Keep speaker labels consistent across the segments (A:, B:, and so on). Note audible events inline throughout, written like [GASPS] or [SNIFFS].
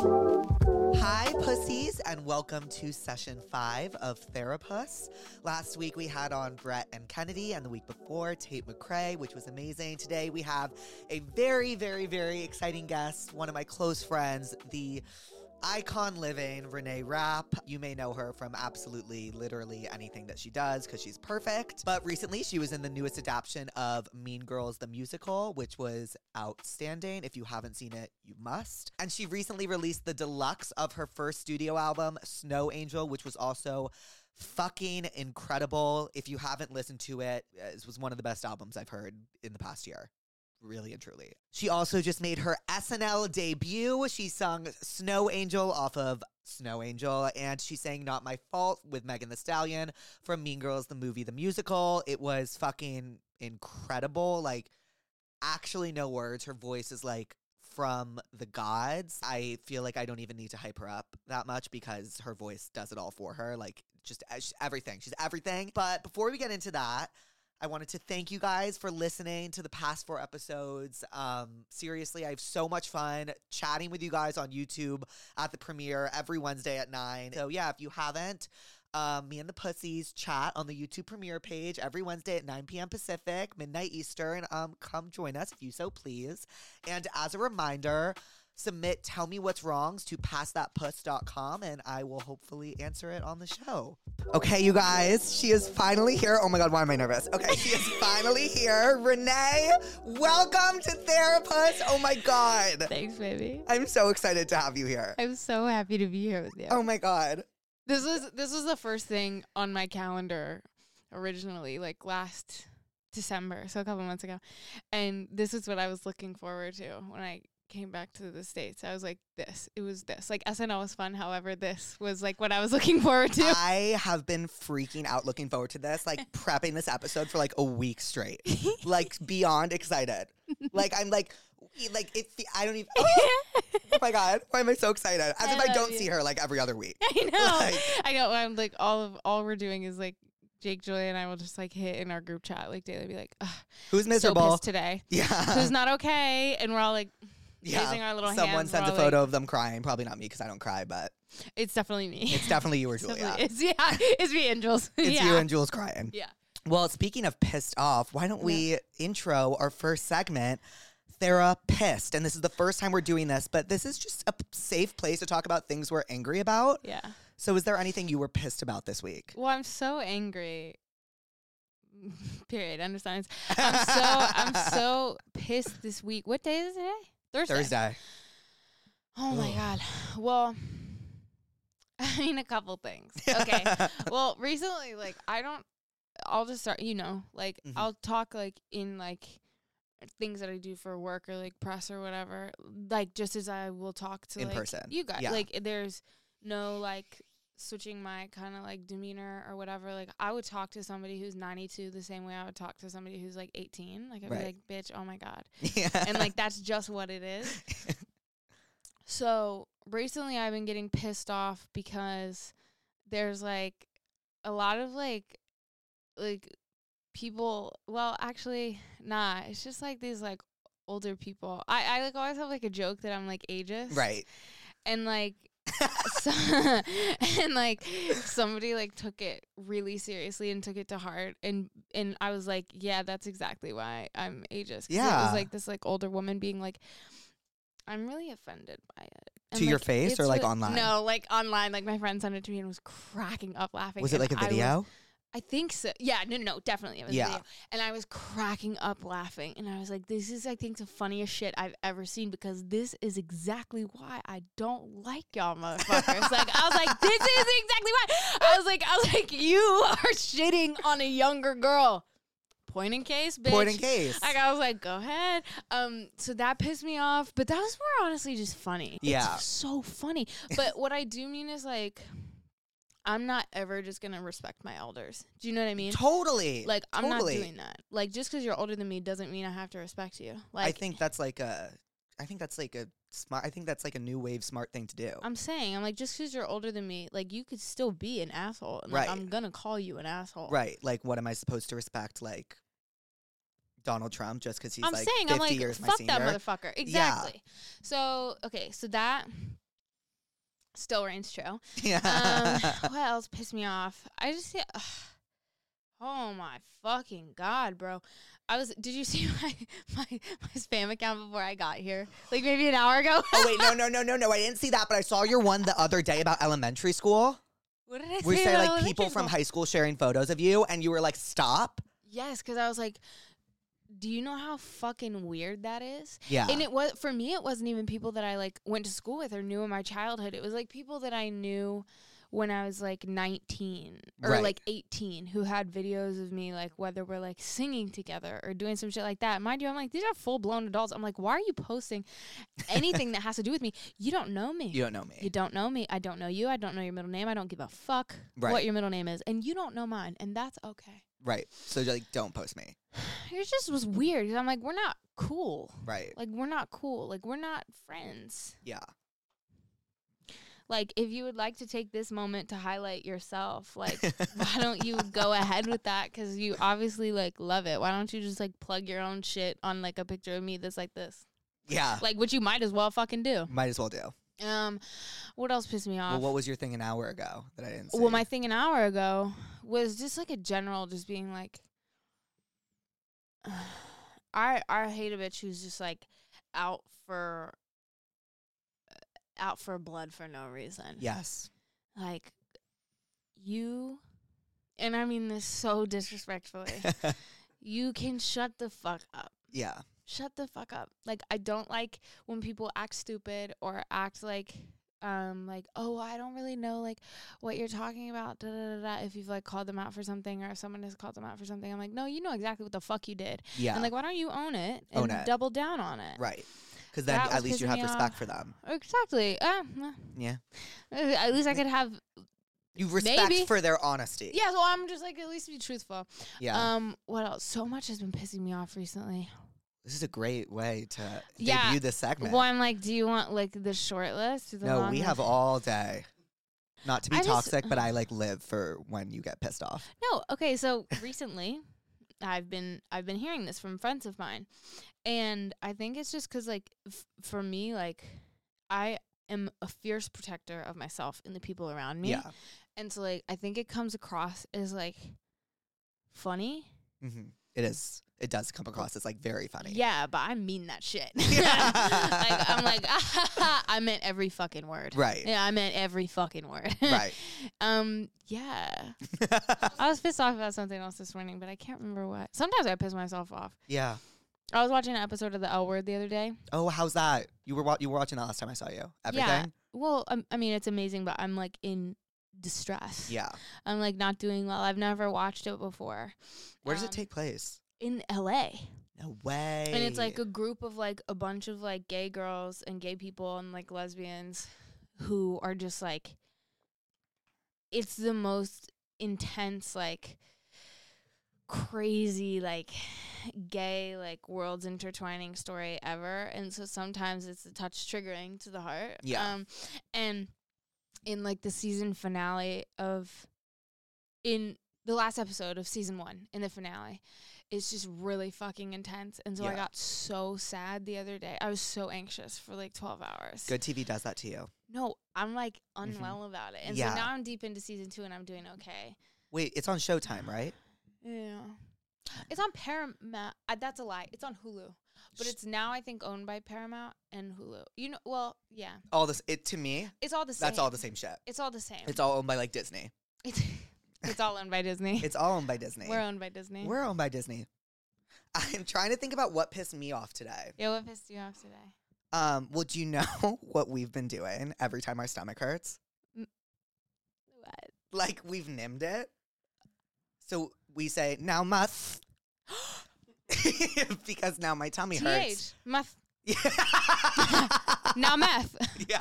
A: Hi, pussies, and welcome to session five of Therapus. Last week we had on Brett and Kennedy, and the week before Tate McRae, which was amazing. Today we have a very, very, very exciting guest, one of my close friends, the icon living Renee Rapp. You may know her from absolutely literally anything that she does because she's perfect. But recently she was in the newest adaptation of Mean Girls the Musical, which was outstanding. If you haven't seen it, you must. And she recently released the deluxe of her first studio album, Snow Angel, which was also fucking incredible. If you haven't listened to it, uh, this was one of the best albums I've heard in the past year really and truly. She also just made her SNL debut. She sung Snow Angel off of Snow Angel, and she sang Not My Fault with Megan the Stallion from Mean Girls, the movie, the musical. It was fucking incredible. Like, actually, no words. Her voice is like from the gods. I feel like I don't even need to hype her up that much because her voice does it all for her. Like, just ev- everything. She's everything. But before we get into that, I wanted to thank you guys for listening to the past four episodes. Um, seriously, I have so much fun chatting with you guys on YouTube at the premiere every Wednesday at nine. So, yeah, if you haven't, um, me and the pussies chat on the YouTube premiere page every Wednesday at 9 p.m. Pacific, midnight Eastern. Um, come join us if you so please. And as a reminder, submit Tell Me What's Wrongs to passthatpuss.com and I will hopefully answer it on the show. Okay, you guys, she is finally here. Oh my God, why am I nervous? Okay, she is finally here. Renee, welcome to Therapist. Oh my God.
B: Thanks, baby.
A: I'm so excited to have you here.
B: I'm so happy to be here with you.
A: Oh my
B: [LAUGHS]
A: God.
B: This was this was the first thing on my calendar originally, like last December, so a couple months ago. And this is what I was looking forward to when I came back to the States. I was like, this. It was this. Like SNL was fun, however, this was like what I was [LAUGHS] looking forward to.
A: I have been freaking out looking forward to this,
B: [LAUGHS]
A: like prepping this episode for like a week straight. Like beyond excited. Like I'm like e- like it fe- I don't
B: [LAUGHS]
A: even [LAUGHS] oh, my god, why am I so excited? As
B: I
A: if I
B: love
A: don't
B: you.
A: see her like every other
B: [LAUGHS]
A: week.
B: I know.
A: Like-
B: I know. I'm like all of all we're doing is like Jake, Julia, and I will just like hit in our group chat like daily, be like, Ugh,
A: Who's
B: so
A: miserable?
B: pissed today.
A: yeah.
B: [LAUGHS] Who's not okay? And we're all like, raising
A: yeah.
B: our little
A: Someone
B: hands,
A: sends a
B: we're all
A: photo of them crying. Probably not me because I don't cry, but
B: [LAUGHS] it's definitely me.
A: it's definitely you or Julia.
B: Definitely- It's, yeah, [LAUGHS] it's me and Jules.
A: [LAUGHS] It's
B: yeah.
A: you and Jules crying.
B: Yeah.
A: Well, speaking of pissed off, why don't
B: Yeah.
A: we intro our first segment, Therapist? And this is the first time we're doing this, but this is just a p- safe place to talk about things we're angry about.
B: yeah.
A: So, is there anything you were pissed about this week?
B: Well, I'm so angry. [LAUGHS] Period. Understands. I'm so
A: [LAUGHS]
B: I'm so pissed this week. What day is it today? Thursday.
A: Thursday.
B: Oh my
A: Ugh.
B: god. Well, [LAUGHS] I mean a couple
A: [LAUGHS]
B: things. Okay. well, recently, like I don't. I'll just start. You know, like
A: Mhm.
B: I'll talk like in like things that I do for work or like press or whatever. Like just as I will talk to
A: In
B: like,
A: person.
B: You guys.
A: Yeah.
B: Like there's no like switching my kind of like demeanor or whatever. Like I would talk to somebody who's 92 the same way I would talk to somebody who's like 18. Like I'd
A: Right.
B: be like, bitch, oh my god.
A: yeah.
B: And like that's just what it is. So recently I've been getting pissed off because there's like a lot of like like people well actually nah, it's just like these like older people. I, I like always have like a joke that I'm like ageist.
A: right.
B: And
A: [LAUGHS]
B: like so, and like somebody like took it really seriously and took it to heart and and I was like, yeah, that's exactly why I'm ageist. 'Cause it
A: Yeah.
B: was like this like older woman being like, I'm really offended by it.
A: To your face
B: it's
A: or, like,
B: what-
A: online?
B: No, like online. Like my friend sent it to me and was cracking up laughing.
A: Was it
B: and
A: like a
B: I was-
A: video?
B: I think so. Yeah, no, no, no, definitely. It was
A: Yeah.
B: yeah. Video. And I was cracking up laughing. And I was like, this is, I think, the funniest shit I've ever seen because this is exactly why I don't like y'all motherfuckers. like, I was like, [LAUGHS] this is exactly why. I was like, I was like, you are shitting on a younger girl. Point in case, bitch.
A: Point in case.
B: Like, I was like, go ahead. Um, so that pissed me off, but that was more honestly just funny.
A: Yeah.
B: It's so funny. But what I do mean is like, I'm not ever just gonna respect my elders. Do you know what I mean?
A: totally.
B: Like, I'm
A: totally.
B: not doing that. Like, just because you're older than me doesn't mean I have to respect you. Like,
A: I think that's like a. I think that's like a smart. I think that's like a new wave smart thing to do.
B: I'm saying, I'm like, just because you're older than me, like you could still be an asshole. And,
A: Right.
B: Like, I'm gonna call you an asshole.
A: right. Like, what am I supposed to respect? Like Donald Trump just because he's
B: I'm
A: like
B: saying,
A: 50
B: I'm like,
A: years my
B: fuck
A: senior.
B: that motherfucker. Exactly. So okay, so that still reigns true. Um,
A: [LAUGHS] yeah.
B: what else pissed me off? I just see. ugh. [SIGHS] Oh my fucking god, bro! I was. Did you [LAUGHS] see my my my spam account before I got here? Like maybe an hour ago. [LAUGHS]
A: oh wait, no, no, no, no, no. I didn't see that, but I saw your one the other day about elementary school.
B: what did I say?
A: We say
B: about
A: like
B: elementary
A: people from
B: school?
A: high school sharing photos of you, and you were like, "Stop."
B: Yes, because I was like, do you know how fucking weird that is?
A: Yeah.
B: And it was for me, it wasn't even people that I like went to school with or knew in my childhood. It was like people that I knew when I was like 19 or
A: Right.
B: like 18 who had videos of me, like whether we're like singing together or doing some shit like that. Mind you, I'm like, these are full blown adults. I'm like, why are you posting anything that has to do with me? You don't know me.
A: you don't know me.
B: You don't know me. I don't know you. I don't know your middle name. I don't give a fuck
A: Right.
B: what your middle name is. And you don't know mine. And that's okay. [SIGHS]
A: Right. So like, don't post me.
B: It just was weird. 'cause I'm like, we're not cool.
A: Right.
B: Like, we're not cool. Like, we're not friends.
A: Yeah.
B: Like, if you would like to take this moment to highlight yourself,
A: [LAUGHS]
B: like, why don't you go ahead with that? Because you obviously, like, love it. Why don't you just, like, plug your own shit on, like, a picture of me that's like this?
A: Yeah.
B: Like, which you might as well fucking do.
A: Might as well do.
B: Um, what else pissed me off?
A: Well, what was your thing an hour ago that I didn't see?
B: Well, my thing an hour ago was just like a general, just being like, [SIGHS] I I hate a bitch who's just like out for uh, out for blood for no reason. [LAUGHS]
A: Yes. [LAUGHS]
B: like you, and I mean this
A: [LAUGHS]
B: so disrespectfully. you can shut the fuck up.
A: yeah.
B: Shut the fuck up. Like I don't like when people act stupid or act like um like oh I don't really know like what you're talking about da da da da if you've like called them out for something or if someone has called them out for something I'm like no you know exactly what the fuck you did
A: Yeah.
B: and like why don't you own it and
A: Own it.
B: double down on it
A: right. Because then
B: that
A: at
B: was
A: least you
B: pissing
A: have
B: me
A: respect
B: off.
A: for them.
B: exactly uh, uh,
A: Yeah.
B: at least I could have
A: You respect
B: Maybe.
A: for their honesty.
B: yeah so I'm just like at least be truthful
A: Yeah.
B: um what else so much has been pissing me off recently
A: this is a great way to
B: Yeah.
A: debut this segment.
B: well I'm like do you want like the short list or the
A: no,
B: long
A: we
B: list?
A: have all day. Not to be
B: I just- uh-huh.
A: toxic, but I like live for when you get pissed off.
B: No, okay, so recently I've been I've been hearing this from friends of mine. And I think it's just cuz like f- for me like I am a fierce protector of myself and the people around me.
A: Yeah.
B: And so like I think it comes across as like funny.
A: hmm It is. It does come across as like very funny.
B: Yeah, but I mean
A: [LAUGHS]
B: that shit. [LAUGHS]
A: Yeah.
B: like I'm like [LAUGHS] I meant every fucking word.
A: Right.
B: [LAUGHS] Yeah, I meant every fucking word.
A: Right.
B: [LAUGHS]
A: [LAUGHS]
B: um yeah. I was pissed off about something else this morning, but I can't remember what. Sometimes I piss myself off.
A: yeah.
B: I was watching an episode of The L Word the other day.
A: Oh, how's that? You were wa- you were watching that last time I saw you. Everything.
B: Well, um, I mean, it's amazing, but I'm like in distress.
A: Yeah.
B: I'm like not doing well. I've never watched it before.
A: Where does
B: Um,
A: it take place?
B: In LA.
A: No way.
B: And it's like a group of like a bunch of like gay girls and gay people and like lesbians who are just like, it's the most intense, like crazy, like gay, like worlds intertwining story ever. And so sometimes it's a touch triggering to the heart.
A: Yeah.
B: Um, and in like the season finale of, in the last episode of season one, in the finale, it's just really fucking intense. And so I
A: Yeah.
B: got so sad the other day. I was so anxious for like 12 hours.
A: good TV does that to you.
B: No, I'm like unwell about it. And
A: Yeah.
B: so now I'm deep into season two and I'm doing okay.
A: Wait, it's on Showtime, right?
B: Yeah. It's on Paramount. Uh, that's a lie. It's on Hulu. But
A: Sh-
B: it's now, I think, owned by Paramount and Hulu. You know, well, yeah.
A: All this it to me.
B: It's all the same.
A: That's all the same shit.
B: It's all the same.
A: It's all owned by like Disney.
B: It's, [LAUGHS] it's all owned by Disney.
A: It's all owned by Disney.
B: [LAUGHS] We're owned by Disney.
A: We're owned by Disney. I'm trying to think about what pissed me off today.
B: yeah, what pissed you off today?
A: Um, well, do you know [LAUGHS] what we've been doing every time our stomach hurts?
B: What?
A: Like we've named it. So we say now must [LAUGHS] because now my tummy hurts. [LAUGHS]
B: TH. Meth.
A: Yeah. [LAUGHS]
B: Now meth.
A: yeah.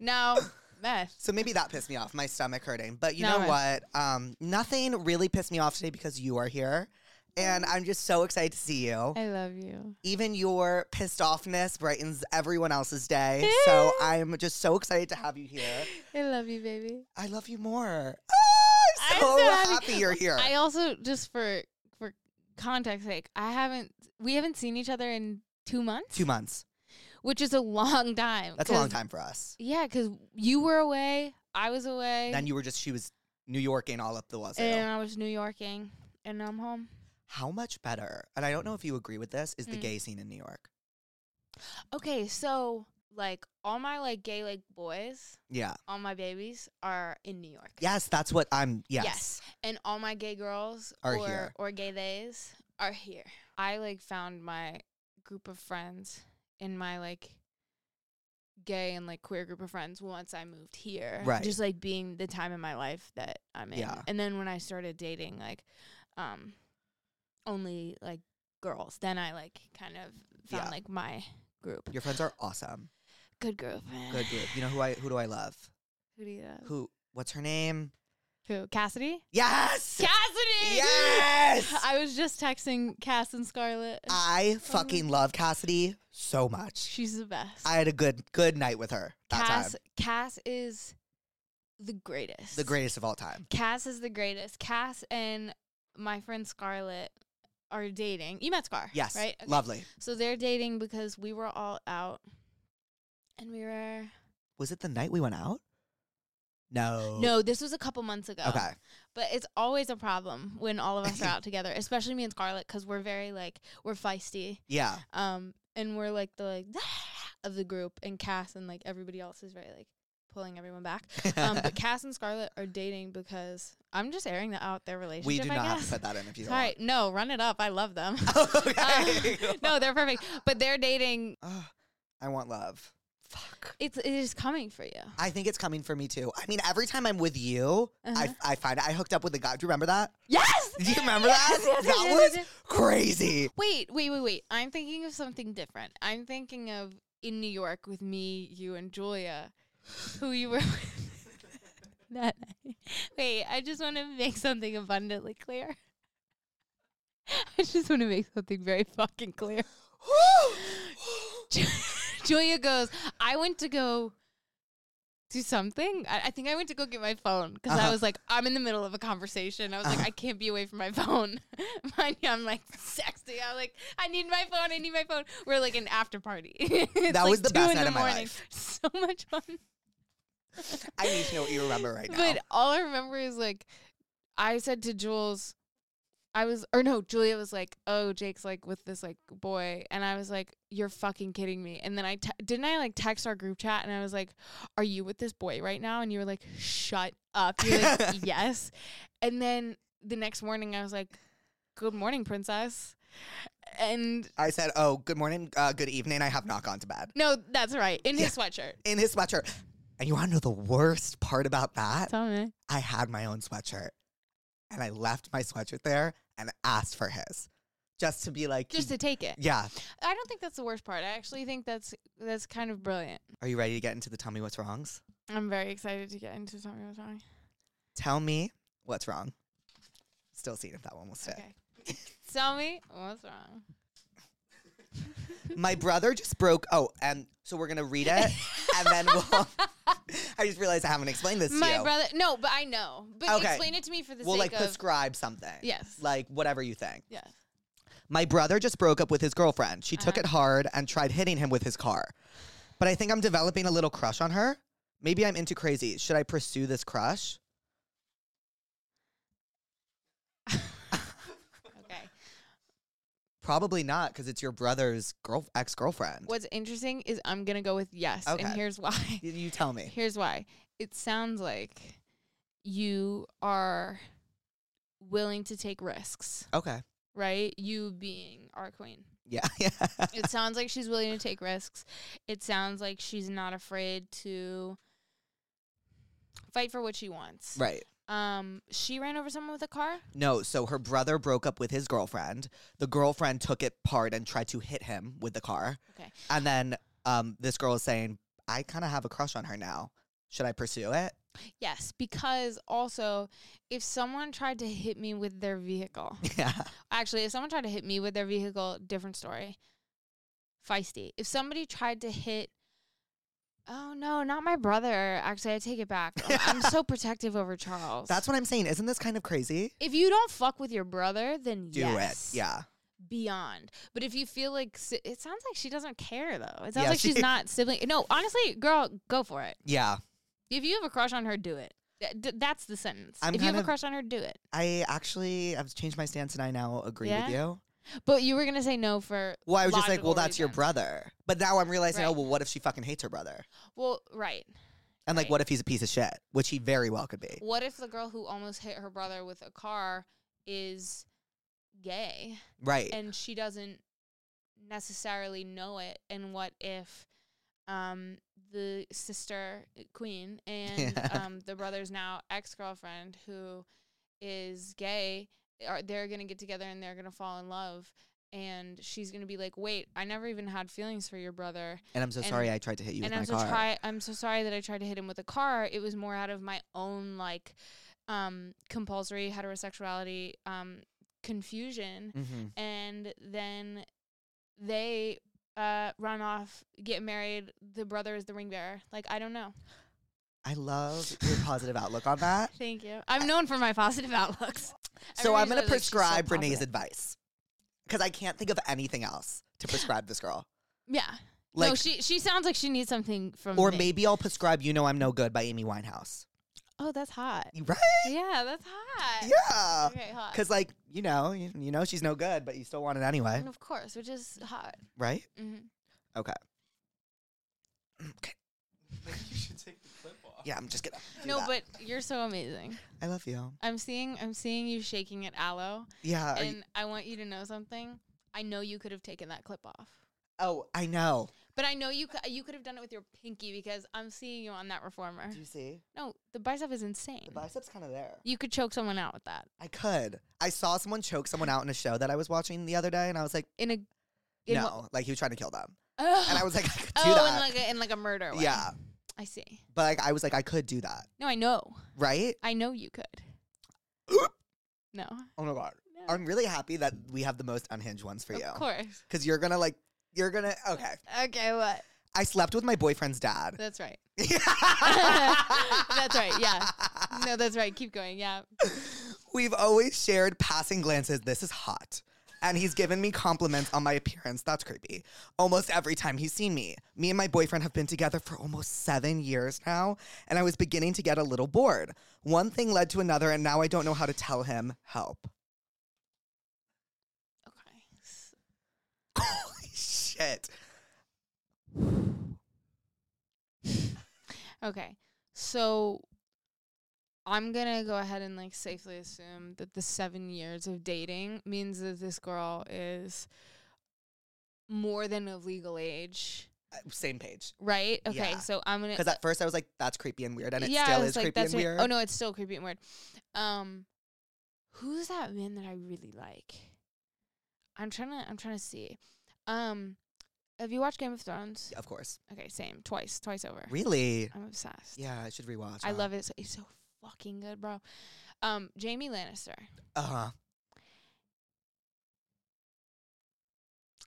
B: now
A: [LAUGHS]
B: meth.
A: So maybe that pissed me off, my stomach hurting. But you
B: No,
A: know what? Um, nothing really pissed me off today because you are here. And
B: Oh.
A: I'm just so excited to see you.
B: I love you.
A: Even your pissed offness brightens everyone else's day. so I'm just so excited to have you here.
B: I love you, baby.
A: I love you more. Ah, I'm so,
B: I'm so happy.
A: happy you're here.
B: I also just for for context sake, I haven't we haven't seen each other in two months,
A: Two months.
B: which is a long time.
A: That's a long
B: 'cause-
A: time for us.
B: Yeah, because you were away, I was away,
A: Then you were just she was New York and all up the wazoo.
B: and I was New Yorking, and now I'm home.
A: How much better? And I don't know if you agree with this. Is the
B: Mm.
A: gay scene in New York?
B: Okay, so like all my like gay like boys,
A: Yeah.
B: all my babies are in New York.
A: Yes, that's what I'm. Yes.
B: Yes. And all my gay girls
A: Are
B: or
A: here.
B: or gay theys are here. I like found my group of friends in my like gay and like queer group of friends once I moved here.
A: Right.
B: Just like being the time in my life that I'm in.
A: Yeah.
B: And then when I started dating like um only like girls, then I like kind of found
A: Yeah.
B: like my group.
A: Your friends are awesome.
B: Good group.
A: Good group. You know who I who do I
B: [SIGHS]
A: love?
B: Who do you love?
A: Who? What's her name?
B: Who? Cassidy?
A: Yes.
B: Cassidy!
A: Yes. Uh, I,
B: I was just texting Cass and Scarlett. Um,
A: fucking love Cassidy so much.
B: She's the best.
A: I had a good good night with her that
B: Cass
A: time.
B: Cass is the greatest.
A: The greatest of all time.
B: Cass is the greatest. Cass and my friend Scarlett are dating. You met Scar.
A: Yes.
B: Right? Okay.
A: Lovely.
B: So they're dating because we were all out and we were
A: Was it the night we went out? No.
B: No, this was a couple months ago.
A: Oh. Okay.
B: But it's always a problem when all of
A: [LAUGHS]
B: us are out together, especially me and Scarlett, because we're very like we're feisty.
A: Yeah.
B: Um, and we're like the like [LAUGHS] of the group, and Cass and like everybody else is very like pulling everyone back. Um,
A: [LAUGHS]
B: but Cass and Scarlett are dating because I'm just airing the, out their relationship.
A: we do
B: I
A: not have
B: guess.
A: to [LAUGHS] put that in if you
B: It's
A: don't.
B: all right, no, run it up. I
A: [LAUGHS]
B: love them. [LAUGHS]
A: want. okay.
B: Uh, [LAUGHS] no, they're perfect, but they're dating.
A: Ah, I want love. Fuck.
B: It's it is coming for you.
A: I think it's coming for me too. I mean, every time I'm with you,
B: Uh-huh.
A: I, I find I hooked up with a guy. Do you remember that? [LAUGHS]
B: [LAUGHS] Yes.
A: Do you remember that?
B: Yes, yes, yes,
A: that
B: yes,
A: was
B: yes, yes.
A: crazy.
B: Wait, wait, wait, wait. I'm thinking of something different. I'm thinking of in New York with me, you, and Julia, who you were with [LAUGHS] that night. Wait, I just want to make something abundantly clear. I just want to make something very fucking clear. Ju- [GASPS] Julia goes, I went to go do something. I, I think I went to go get my phone because I
A: Uh-huh.
B: was like, I'm in the middle of a conversation. I was like,
A: Uh-huh.
B: I can't be away from my phone. [LAUGHS] Mind you, I'm like sexy. I'm like, I need my phone. I need my phone. We're like an after party. [LAUGHS] It's,
A: That was
B: like,
A: the
B: two
A: best
B: in
A: night of my
B: morning.
A: life.
B: [LAUGHS] So much fun.
A: I need to know what you remember
B: [LAUGHS]
A: right now.
B: But all I remember is like, I said to Jules, I was, or no, Julia was like, oh, Jake's like with this like boy. And I was like, you're fucking kidding me. And then I, te- didn't I like text our group chat and I was like, are you with this boy right now? And you were like, shut up. You're
A: [LAUGHS]
B: like, yes. And then the next morning I was like, good morning, princess. And
A: I said, "Oh, good morning, uh, good evening." I have not gone to bed
B: no, that's right. In his
A: Yeah.
B: sweatshirt.
A: in his sweatshirt. And you want to know the worst part about that?
B: Tell me.
A: I had my own sweatshirt, and I left my sweatshirt there and asked for his, just to be like,
B: Just to take it.
A: yeah.
B: I don't think that's the worst part. I actually think that's that's kind of brilliant.
A: Are you ready to get into the tell me what's wrongs?
B: I'm very excited to get into something that's wrong.
A: Tell me what's wrong. Still seeing if that one will stick.
B: Okay. [LAUGHS] Tell me what's wrong.
A: My brother just broke. Oh, and so we're gonna read
B: [LAUGHS]
A: it, and then we'll. [LAUGHS] I just realized I haven't explained this to
B: My
A: you.
B: brother no, but I know. But
A: Okay.
B: explain it to me for the
A: we'll like
B: sake of
A: prescribe something.
B: Yes.
A: Like whatever you think.
B: Yes.
A: My brother just broke up with his girlfriend. She took it
B: Uh-huh.
A: hard and tried hitting him with his car. But I think I'm developing a little crush on her. Maybe I'm into crazy. Should I pursue this crush?
B: Okay.
A: Probably not, because it's your brother's girl ex girlfriend.
B: What's interesting is I'm gonna go with yes. And
A: Okay. [LAUGHS]
B: here's why.
A: You, you tell me.
B: [LAUGHS] Here's why. It sounds like you are willing to take risks,
A: Okay.
B: right? You being our queen.
A: Yeah. [LAUGHS] Yeah.
B: it sounds like she's willing to take risks. It sounds like she's not afraid to fight for what she wants.
A: right.
B: Um, she ran over someone with a car.
A: No, so her brother broke up with his girlfriend. The girlfriend took it part and tried to hit him with the car.
B: Okay.
A: And then um, this girl is saying, I kind of have a crush on her now. Should I pursue it? [LAUGHS]
B: Yes, because also if someone tried to hit me with their vehicle,
A: Yeah.
B: actually, if someone tried to hit me with their vehicle, different story. Feisty. If somebody tried to hit, oh no, not my brother. Actually, I take it
A: [LAUGHS]
B: back. I'm- I'm so protective over Charles.
A: That's what I'm saying. Isn't this kind of crazy?
B: if you don't fuck with your brother, then
A: Do
B: yes,
A: it. Yeah.
B: beyond. But if you feel like si- it sounds like she doesn't care though. It sounds
A: Yeah,
B: like she's
A: she- [LAUGHS]
B: not sibling. No, honestly, girl, go for it.
A: Yeah.
B: If you have a crush on her, do it. Th- th- that's the sentence.
A: I'm
B: if you have
A: kind
B: a
A: of-
B: crush on her, do it.
A: I actually I've changed my stance and I now agree
B: Yeah?
A: with you.
B: But you were gonna say no for
A: Well, I was just like,
B: Logical
A: well, that's your
B: reasons.
A: brother. But now I'm realizing, oh
B: Right.
A: well, what if she fucking hates her brother?
B: well, right.
A: And like,
B: Right.
A: what if he's a piece of shit, which he very well could be.
B: What if the girl who almost hit her brother with a car is gay
A: Right.
B: and she doesn't necessarily know it? And what if um, the sister uh, queen and
A: Yeah. [LAUGHS]
B: um, the brother's now ex girlfriend who is gay are they're gonna get together and they're gonna fall in love? And she's gonna be like, "Wait, I never even had feelings for your brother.
A: and I'm so
B: and-
A: sorry I tried to hit you with
B: and
A: my
B: I'm so
A: car.
B: try I'm so sorry that I tried to hit him with a car. It was more out of my own like um compulsory heterosexuality um confusion
A: hmm
B: and then they uh run off, get married, the brother is the ring bearer. Like I don't know.
A: I love your positive outlook on
B: [LAUGHS]
A: that.
B: Thank you. I'm known for my positive [LAUGHS] outlooks.
A: So I'm gonna
B: Everybody's always like, "She's so
A: prescribe Renee's
B: positive."
A: advice because I can't think of anything else to prescribe this girl.
B: Yeah.
A: Like,
B: no, she she sounds like she needs something from
A: or
B: me.
A: maybe I'll prescribe "You Know I'm No Good" by Amy Winehouse.
B: Oh,
A: [LAUGHS]
B: that's hot.
A: Right?
B: Yeah, that's hot.
A: Yeah.
B: Okay, hot.
A: Because like you know, you, you know she's no good, but you still want it anyway,
B: And of course, which is hot.
A: right? [CLEARS THROAT]
B: hmm
A: Okay.
C: you should take the clip off.
A: Yeah, I'm just
B: [LAUGHS]
A: gonna. do
B: No,
A: that.
B: but you're so amazing.
A: I love you.
B: I'm seeing I'm seeing you shaking at aloe,
A: Yeah. are you-
B: and I want you to know something. I know you could have taken that clip off,
A: oh, I know.
B: but I know you cou- you could have done it with your pinky because I'm seeing you on that reformer.
A: Do you see
B: No, the bicep is insane.
A: the biceps kind of there?
B: you could choke someone out with that
A: I could. I saw someone choke someone out in a show that I was watching the other day, and I was like,
B: in a [LAUGHS] in
A: no,
B: what-
A: like he was trying to kill
B: [GASPS]
A: them,
B: oh,
A: and I was like, I could do
B: oh, in
A: that.
B: like a, in like a murder. Way.
A: yeah,
B: I see.
A: but like I was like, I could do that,
B: No, I know.
A: right?
B: I know
A: [GASPS]
B: you could. no.
A: Oh my god,
B: No.
A: I'm really happy that we have the most unhinged ones for
B: of
A: you,
B: course.
A: because you're gonna like, you're gonna okay.
B: Okay, what?
A: I slept with my boyfriend's dad.
B: That's
A: [LAUGHS]
B: right. [LAUGHS]
A: that's
B: right, yeah. No, that's right. Keep going.
A: [LAUGHS]
B: Yeah.
A: We've always shared passing glances. This is hot. And he's given me compliments on my appearance. That's creepy. Almost every time he's seen me. Me and my boyfriend have been together for almost seven years now, and I was beginning to get a little bored. One thing led to another, and now I don't know how to tell him help. [LAUGHS]
B: Okay. S-
A: Holy shit.
B: Okay. So I'm going to go ahead and like safely assume that the 7 years of dating means that this girl is more than of legal age,
A: Uh, Same page.
B: right? Okay.
A: Yeah.
B: So I'm going
A: Because at first I was like, that's creepy and weird, and it
B: yeah, I
A: still
B: was
A: is
B: like,
A: creepy
B: that's
A: and
B: it.
A: weird.
B: Oh no, it's still creepy and weird. Um who's that man that I really like? I'm trying to I'm trying to see. Um have you watched Game of Thrones?
A: Of course.
B: Okay, same. Twice, twice over.
A: Really?
B: I'm obsessed.
A: Yeah, I should rewatch.
B: I love it. So, it's so fucking good, bro. Um, Jamie Lannister.
A: Uh huh.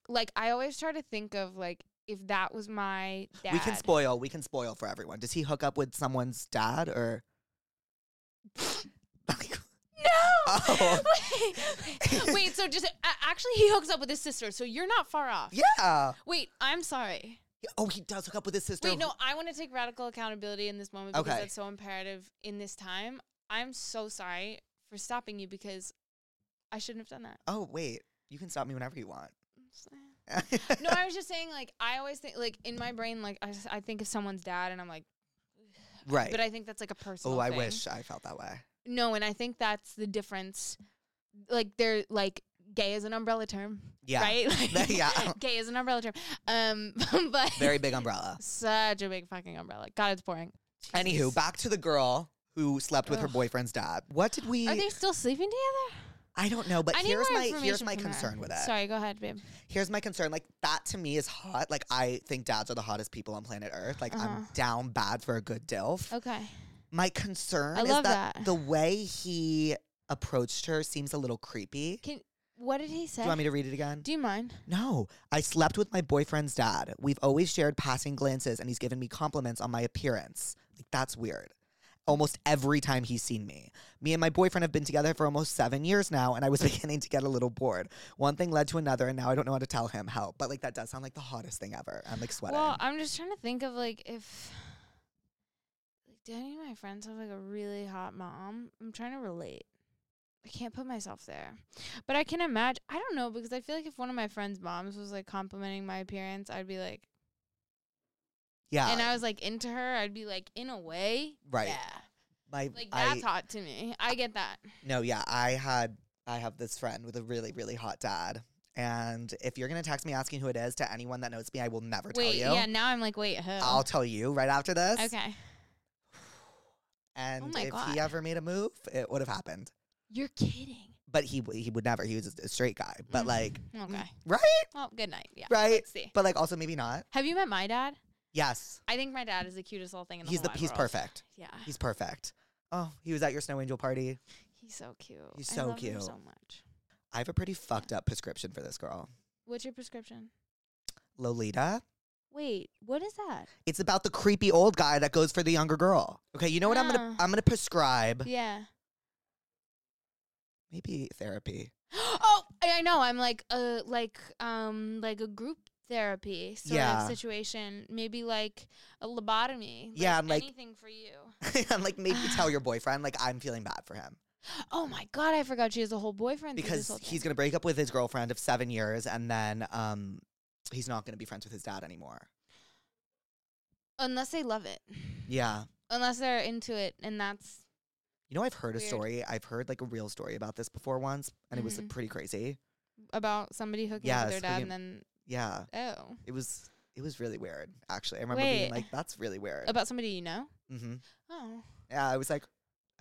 B: Like I always try to think of like if that was my dad.
A: We can spoil. We can spoil for everyone. Does he hook up with someone's dad or? [LAUGHS] Like,
B: No.
A: Oh.
B: [LAUGHS] Wait, wait, wait, So just a- actually, he hooks up with his sister. So you're not far off.
A: yeah.
B: Wait. I'm sorry.
A: Oh, he does hook up with his sister.
B: Wait. No. I want to take radical accountability in this moment because
A: Okay.
B: that's so imperative in this time. I'm so sorry for stopping you because I shouldn't have done
A: [LAUGHS]
B: that.
A: Oh, wait. You can stop me whenever you want.
B: no, I was just saying, like, I always think, like, in my brain, like, I, s- I think of someone's dad, and I'm like,
A: [LAUGHS] right.
B: but I think that's like a personal.
A: oh, I
B: thing.
A: wish I felt that way.
B: No, and I think that's the difference. Like, they're like gay is an umbrella term,
A: Yeah. [LAUGHS]
B: right? Like,
A: Yeah.
B: [LAUGHS] gay is an umbrella term. Um, [LAUGHS] but
A: Very big umbrella.
B: such a big fucking umbrella. God, it's boring.
A: Anywho,
B: Jesus.
A: back to the girl who slept with her
B: Ugh.
A: boyfriend's dad. What did we?
B: Are they still sleeping together?
A: I don't know, but
B: I need
A: here's
B: more
A: my here's
B: information
A: my
B: from her.
A: concern with it.
B: Sorry, go ahead, babe.
A: Here's my concern. Like that to me is hot. Like I think dads are the hottest people on planet Earth. Like I'm
B: Uh-huh.
A: down bad for a good dilf.
B: Okay.
A: My concern
B: I
A: is
B: love
A: that,
B: that.
A: the way he approached her seems a little creepy.
B: Can what did he
A: Do
B: say?
A: you want me to read it again?
B: Do you mind?
A: No, I slept with my boyfriend's dad. We've always shared passing glances, and he's given me compliments on my appearance. Like, that's weird. Almost every time he's seen me. Me and my boyfriend have been together for almost seven years now, and I was [LAUGHS] beginning to get a little bored. One thing led to another, and now I don't know how to tell him help. But, like, that does sound like the hottest thing ever. I'm like sweating.
B: Well, I'm just trying to think of like if like do any of my friends have like a really hot mom? I'm trying to relate. I can't put myself there. But I can imagine I don't know because I feel like if one of my friends' moms was like complimenting my appearance, I'd be like
A: yeah.
B: and I was like into her, I'd be like, in a way.
A: Uh, Right.
B: Yeah.
A: my,
B: Like
A: I,
B: that's hot to me. I get that.
A: No, yeah, I had I have this friend with a really really hot dad, and if you're gonna text me asking who it is to anyone that knows me, I will never
B: Wait,
A: tell you.
B: yeah, now I'm like, wait, who?
A: I'll tell you right after this.
B: okay. Oh
A: And
B: my
A: if
B: God.
A: he ever made a move, it would have happened.
B: You're kidding.
A: But he w- he would never. He was a- a straight guy. But
B: Mm.
A: like,
B: Okay.
A: right,
B: Well, good night. Yeah.
A: right.
B: Let's see.
A: But like, also maybe not.
B: Have you met my dad?
A: Yes,
B: I think my dad is the cutest little thing in the
A: he's
B: whole
A: the
B: wide
A: he's
B: world.
A: perfect.
B: Yeah,
A: He's perfect. Oh, he was at your snow angel party.
B: he's so cute.
A: He's
B: I
A: so
B: love him
A: cute.
B: so much.
A: I have a pretty fucked up prescription for this girl,
B: What's your prescription?
A: Lolita.
B: Wait, what is
A: [LAUGHS]
B: that?
A: It's about the creepy old guy that goes for the younger girl. Okay, you know what? I'm gonna
B: Ah.
A: I'm gonna prescribe
B: Yeah. [GASPS]
A: maybe therapy. [LAUGHS]
B: oh, I I know. I'm like a like um like a group therapy sort
A: Yeah.
B: of situation. Maybe like a lobotomy.
A: Yeah, I'm like-
B: anything for you. [GASPS]
A: and like maybe tell
B: [SIGHS]
A: your boyfriend like I'm feeling bad for him
B: Oh my god, I forgot she has a whole boyfriend through this
A: because
B: whole
A: he's
B: thing.
A: gonna break up with his girlfriend of seven years and then um he's not gonna be friends with his dad anymore.
B: unless they love it,
A: Yeah.
B: [LAUGHS] unless they're into it, and that's
A: You know, I've heard a
B: Weird.
A: story. I've heard like a real story about this before once, and it was
B: Mhm.
A: pretty crazy.
B: about somebody hooking up with
A: Yes,
B: their dad,
A: hooking-
B: and then
A: Yeah,
B: oh,
A: it was. It was really weird. Actually, I remember being
B: Wait.
A: like, "That's really weird."
B: about somebody you know.
A: mm-hmm.
B: Oh,
A: Yeah, I was like,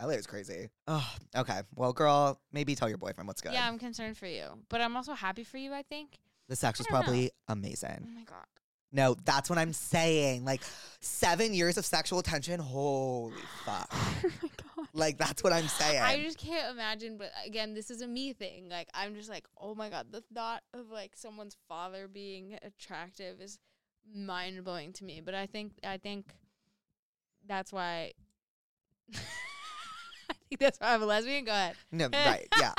A: "LA is crazy." Oh, okay. Well, girl, maybe tell your boyfriend what's good.
B: yeah, I'm concerned for you, but I'm also happy for you. I think.
A: The sex
B: I
A: was
B: don't know.
A: probably
B: Oh
A: amazing.
B: my god.
A: No, that's what I'm saying. Like seven years of sexual tension. Holy fuck.
B: [LAUGHS] oh my god.
A: Like that's what I'm saying.
B: I just can't imagine, but again, this is a me thing. Like I'm just like, oh my god, the thought of like someone's father being attractive is mind blowing to me. But I think I think that's why [LAUGHS] I think that's why I'm a lesbian. Go ahead. [LAUGHS]
A: no, right. Yeah.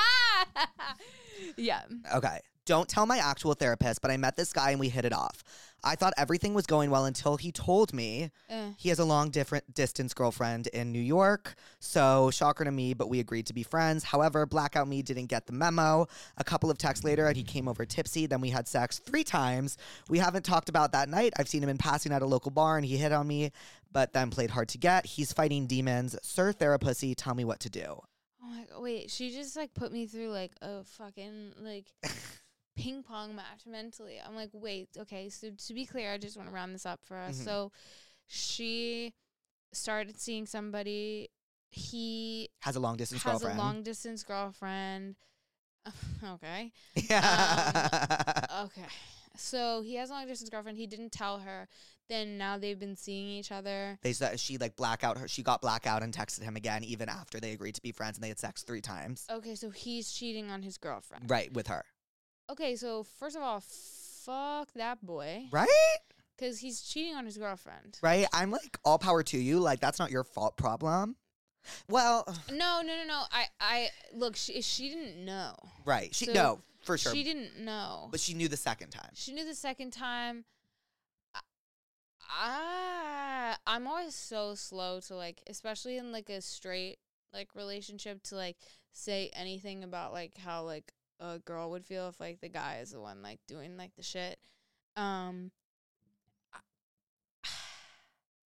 B: yeah.
A: Okay. Don't tell my actual therapist, but I met this guy and we hit it off. I thought everything was going well until he told me
B: Uh,
A: he has a long different distance girlfriend in New York. So shocker to me, but we agreed to be friends. However, blackout me didn't get the memo. A couple of texts later, and he came over tipsy. Then we had sex three times. We haven't talked about that night. I've seen him in passing at a local bar, and he hit on me, but then played hard to get. He's fighting demons. Sir Therapussy, tell me what to do.
B: oh my god. Wait, she just like put me through like a fucking like. ping pong match mentally. I'm like, wait, okay. So to be clear, I just want to round this up for us.
A: Mhm.
B: So she started seeing somebody. He
A: Has a long distance
B: has
A: girlfriend.
B: a long distance girlfriend. [LAUGHS] okay.
A: [LAUGHS] Yeah. [LAUGHS]
B: Okay. So he has a long distance girlfriend. He didn't tell her. Then now they've been seeing each other.
A: they said she like blackout her. She got blackout and texted him again, even after they agreed to be friends and they had sex three times.
B: Okay, so he's cheating on his girlfriend.
A: Right with her.
B: Okay, so first of all, fuck that boy.
A: Right.
B: Because he's cheating on his girlfriend.
A: Right. I'm like all power to you. Like that's not your fault. Problem. Well, [SIGHS]
B: No, no, no, no. I, I look. She, she didn't know.
A: right. She
B: So,
A: no for sure.
B: She didn't know.
A: but she knew the second time.
B: she knew the second time. I, I, I'm always so slow to like, especially in like a straight like relationship, to like say anything about like how like a girl would feel if like the guy is the one like doing like the shit. Um. [SIGHS]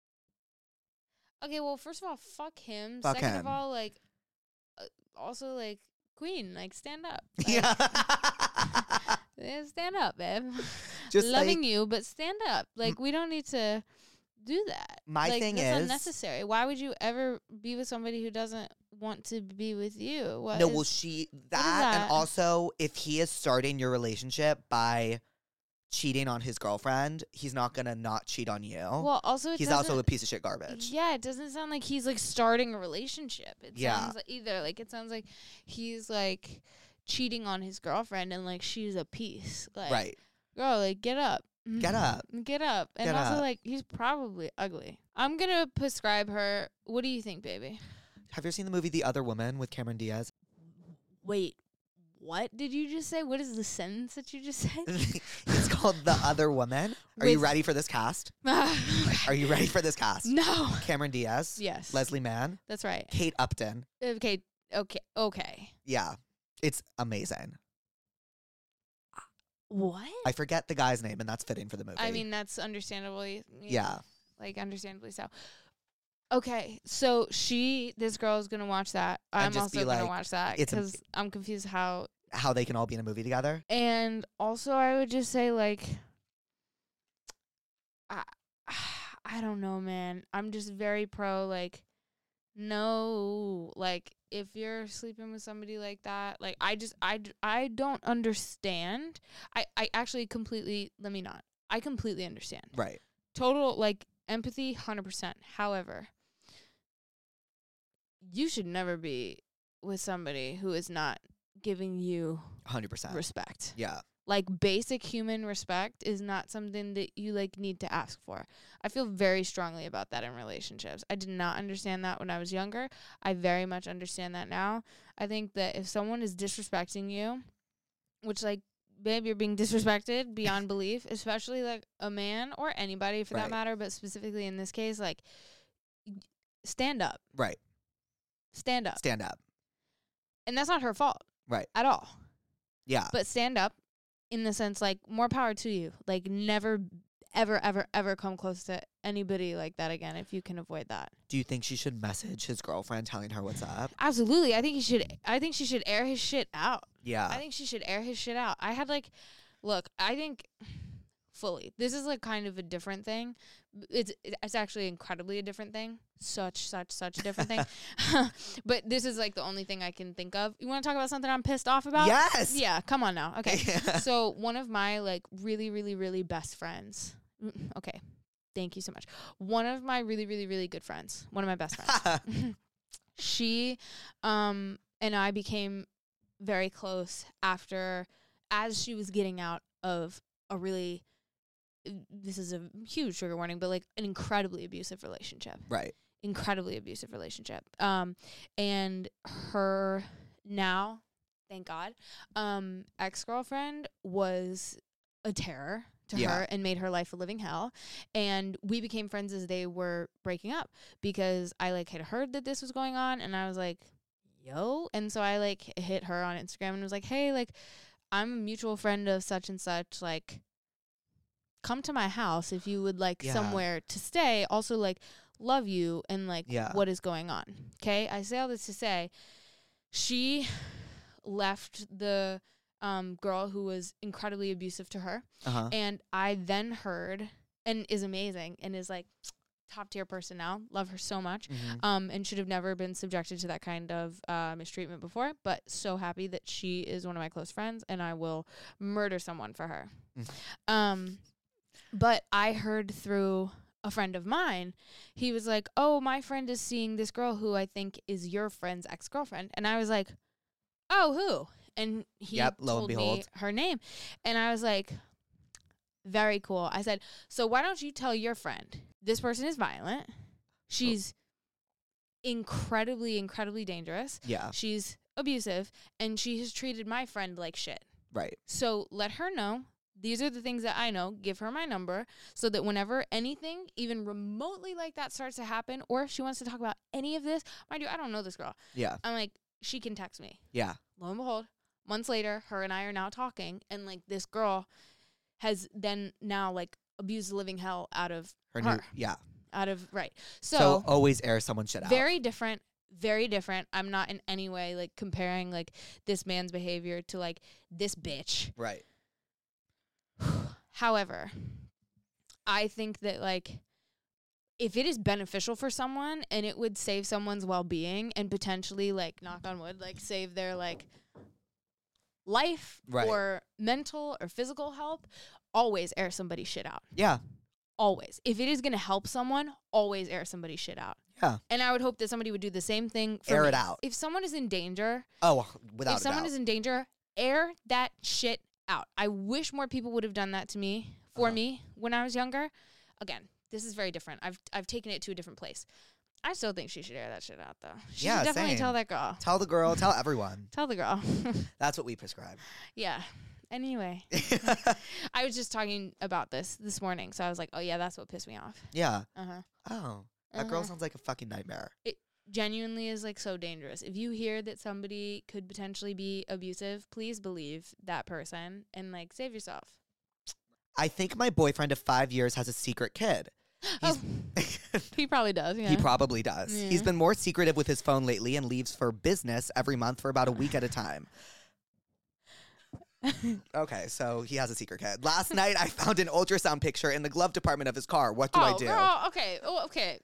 B: Okay, well, first of all, fuck him.
A: Fuck
B: Second
A: him.
B: of all, like, uh, also like Queen, like stand
A: [LAUGHS]
B: up. Like,
A: yeah. [LAUGHS]
B: Eh, stand up, babe. [LAUGHS]
A: Just like-
B: Loving
A: Mm.
B: you, but stand up. Like we don't need to do that.
A: My
B: like,
A: thing
B: that's
A: is-
B: unnecessary. Why would you ever be with somebody who doesn't want to be with you? What
A: no,
B: is-
A: well, she that,
B: that?
A: and also if he is starting your relationship by cheating on his girlfriend, he's not gonna not cheat on you.
B: Well, also it
A: he's also
B: doesn't-
A: a piece of shit garbage.
B: Yeah, it doesn't sound like he's like starting a relationship. It
A: Yeah.
B: sounds like either like it sounds like he's like cheating on his girlfriend and like she's a piece. Like
A: right.
B: girl, like get up. Mm-hmm.
A: Get up.
B: Get up. And
A: Get
B: also
A: up.
B: like he's probably ugly. I'm gonna prescribe her what do you think, baby?
A: Have you ever seen the movie The Other Woman with Cameron Diaz? [LAUGHS]
B: Wait, what did you just say? What is the sentence that you just said?
A: it's called The Other Woman. [LAUGHS] Are you
B: With-
A: ready for this cast?
B: [LAUGHS] Okay.
A: Are you ready for this cast?
B: No.
A: Cameron Diaz,
B: Yes.
A: Leslie Mann,
B: That's right.
A: Kate Upton.
B: Okay. Okay. Okay.
A: Yeah. It's amazing.
B: What?
A: I forget the guy's name, and that's fitting for the movie.
B: I mean, that's understandably. you
A: yeah.
B: like understandably so. Okay, so she, this girl is gonna watch that.
A: And
B: I'm
A: just
B: also
A: be
B: gonna
A: like,
B: watch that
A: it's a-
B: because I'm confused how.
A: How they can all be in a movie together.
B: And also, I would just say like, I, [SIGHS] I don't know, man. I'm just very pro like, no, like if you're sleeping with somebody like that, like I just I d- I don't understand. I I actually completely let me not. I completely understand
A: Right.
B: total like empathy 100% however you should never be with somebody who is not giving you
A: 100%.
B: respect
A: yeah.
B: like basic human respect is not something that you like need to ask for i feel very strongly about that in relationships i did not understand that when i was younger i very much understand that now i think that if someone is disrespecting you which like babe you're being disrespected beyond belief especially like a man or anybody for
A: Right.
B: that matter but specifically in this case like y- stand up
A: Right.
B: stand up
A: Stand up.
B: and that's not her fault
A: Right.
B: at all
A: Yeah.
B: but stand up in the sense like more power to you like never ever ever ever come close to anybody like that again if you can avoid that
A: Do you think she should message his girlfriend telling her what's up?
B: absolutely i think he should i think she should air his shit out
A: Yeah.
B: i think she should air his shit out i had like look i think [SIGHS] fully this is like kind of a different thing it's it's actually incredibly a different thing such such such a different [LAUGHS] thing but this is like the only thing i can think of you want to talk about something i'm pissed off about
A: yes.
B: yeah come on now okay
A: [LAUGHS] Yeah.
B: so one of my like really really really best friends Mm, okay thank you so much one of my really really really good friends one of my
A: [LAUGHS]
B: best friends [LAUGHS] she um and i became very close after as she was getting out of a really uh, this is a huge trigger warning but like an incredibly abusive relationship
A: right.
B: incredibly abusive relationship. Um, and her now, thank God, um, ex girlfriend was a terror to
A: Yeah.
B: her and made her life a living hell. And we became friends as they were breaking up because I like had heard that this was going on and I was like, yo. And so I like hit her on Instagram and was like, hey, like, I'm a mutual friend of such and such. Like, come to my house if you would like
A: Yeah.
B: somewhere to stay. Also, like, love you and like
A: Yeah.
B: what is going on. Okay. I say all this to say she left the um, girl who was incredibly abusive to her.
A: Uh huh.
B: And I then heard, and is amazing and is like [SNIFFS] top tier person now. Love her so much
A: hmm
B: um, and should have never been subjected to that kind of uh, mistreatment before. But so happy that she is one of my close friends, and I will murder someone for her.
A: Mm.
B: Um, but I heard through a friend of mine, he was like, "Oh, my friend is seeing this girl who I think is your friend's ex girlfriend," and I was like, "Oh, who?" And he
A: Yep, lo and
B: told me
A: behold.
B: her name, and I was like. Very cool. I said, so why don't you tell your friend this person is violent? She's incredibly, incredibly dangerous.
A: Yeah.
B: She's abusive and she has treated my friend like shit.
A: Right.
B: So let her know. These are the things that I know. Give her my number so that whenever anything, even remotely like that, starts to happen, or if she wants to talk about any of this, mind you, I don't know this girl.
A: Yeah.
B: I'm like, she can text me.
A: Yeah.
B: Lo and behold, months later, her and I are now talking, and like this girl has then now like abused the living hell out of
A: Her, new.
B: Her.
A: Yeah.
B: out of right.
A: So, always air someone's shit out.
B: very different very different i'm not in any way like comparing like this man's behavior to like this bitch
A: Right.
B: however i think that like if it is beneficial for someone and it would save someone's well-being and potentially like knock on wood like save their like life
A: Right.
B: or mental or physical health always air somebody's shit out.
A: Yeah.
B: Always. If it is going to help someone, always air somebody's shit out.
A: Yeah.
B: And I would hope that somebody would do the same thing. For
A: Air
B: me.
A: it out.
B: If someone is in danger,
A: Oh, without
B: if
A: a doubt.
B: someone is in danger, air that shit out. I wish more people would have done that to me for
A: Uh-huh.
B: me when I was younger. Again, this is very different. I've I've taken it to a different place. I still think she should air that shit out though. She
A: Yeah,
B: should definitely
A: same.
B: tell that girl.
A: tell the girl, tell everyone.
B: Tell the girl. [LAUGHS]
A: That's what we prescribe. [LAUGHS]
B: yeah. Anyway, I was just talking about this this morning, so I was like, "Oh yeah, that's what pissed me off."
A: yeah.
B: Uh huh.
A: Oh, that girl
B: Uh-huh.
A: sounds like a fucking nightmare.
B: genuinely is like so dangerous. If you hear that somebody could potentially be abusive, please believe that person and like save yourself.
A: I think my boyfriend of five years has a secret kid. [LAUGHS]
B: Oh, he probably does. Yeah.
A: He probably does. He's
B: Yeah.
A: been more secretive with his phone lately and leaves for business every month for about a week at a
B: [LAUGHS]
A: time. okay, so he has a secret kid. Last night I found an ultrasound picture in the glove department of his car. What do
B: oh,
A: I do?
B: girl. Okay. Oh, okay.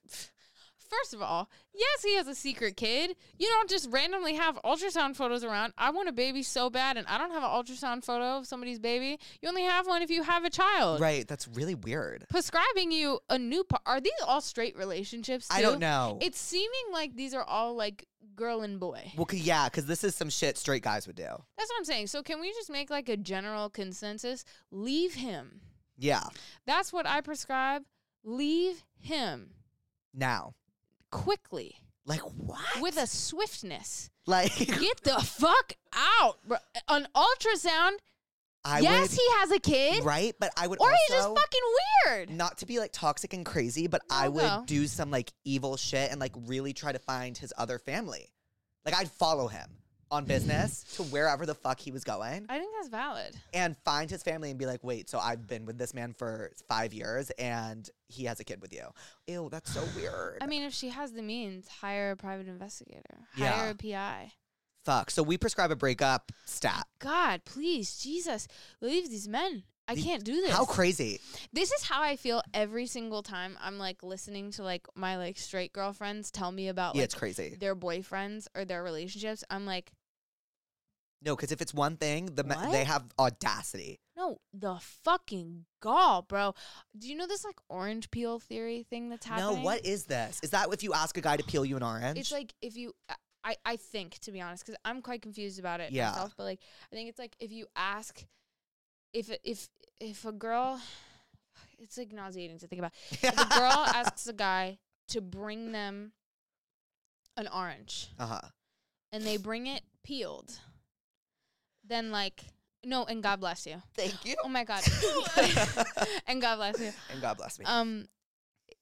B: First of all, yes, he has a secret kid. You don't just randomly have ultrasound photos around. I want a baby so bad, and I don't have an ultrasound photo of somebody's baby. You only have one if you have a child.
A: Right, that's really weird.
B: Prescribing you a new par- are these all straight relationships?
A: I don't
B: too?
A: know.
B: It's seeming like these are all like girl and boy.
A: well, 'cause- yeah, because this is some shit straight guys would do.
B: That's what I'm saying. So can we just make like a general consensus? Leave him.
A: Yeah,
B: That's what I prescribe. Leave him
A: now.
B: quickly
A: Like, what?
B: with a swiftness.
A: Like, [LAUGHS]
B: Get the fuck out. bro. An ultrasound.
A: I would.
B: yes, he has a kid.
A: right? But I would
B: Or
A: also.
B: he's just fucking weird.
A: not to be like toxic and crazy, but I
B: No,
A: would
B: no.
A: do some like evil shit and like really try to find his other family. Like I'd follow him on business to wherever the fuck he was going
B: I think that's valid.
A: and find his family and be like, wait, so I've been with this man for five years and he has a kid with you. Ew, that's so weird.
B: I mean, if she has the means, hire a private investigator.
A: Yeah.
B: Hire a PI.
A: fuck. So we prescribe a breakup stat.
B: God, please, Jesus, leave these men. I
A: The-
B: can't do this.
A: How crazy.
B: this is how I feel every single time I'm like listening to like my like straight girlfriends tell me about
A: yeah,
B: like
A: it's crazy.
B: their boyfriends or their relationships. I'm like,
A: No, because if it's one thing, the ma-
B: What?
A: they have audacity.
B: no, the fucking gall, bro. Do you know this like orange peel theory thing that's happening?
A: No, what is this? Is that if you ask a guy to peel you an orange?
B: It's like if you, I- I, I think to be honest, because I'm quite confused about it
A: Yeah.
B: myself. But like, I think it's like if you ask, if a- if if a girl, [SIGHS] it's like nauseating to think about. [LAUGHS] If a
A: [LAUGHS]
B: girl asks a guy to bring them an orange,
A: uh huh.
B: and they bring it peeled, then like no, and God bless you.
A: Thank
B: [LAUGHS]
A: you.
B: Oh
A: [LAUGHS]
B: my God, and God bless you.
A: and God bless me.
B: Um,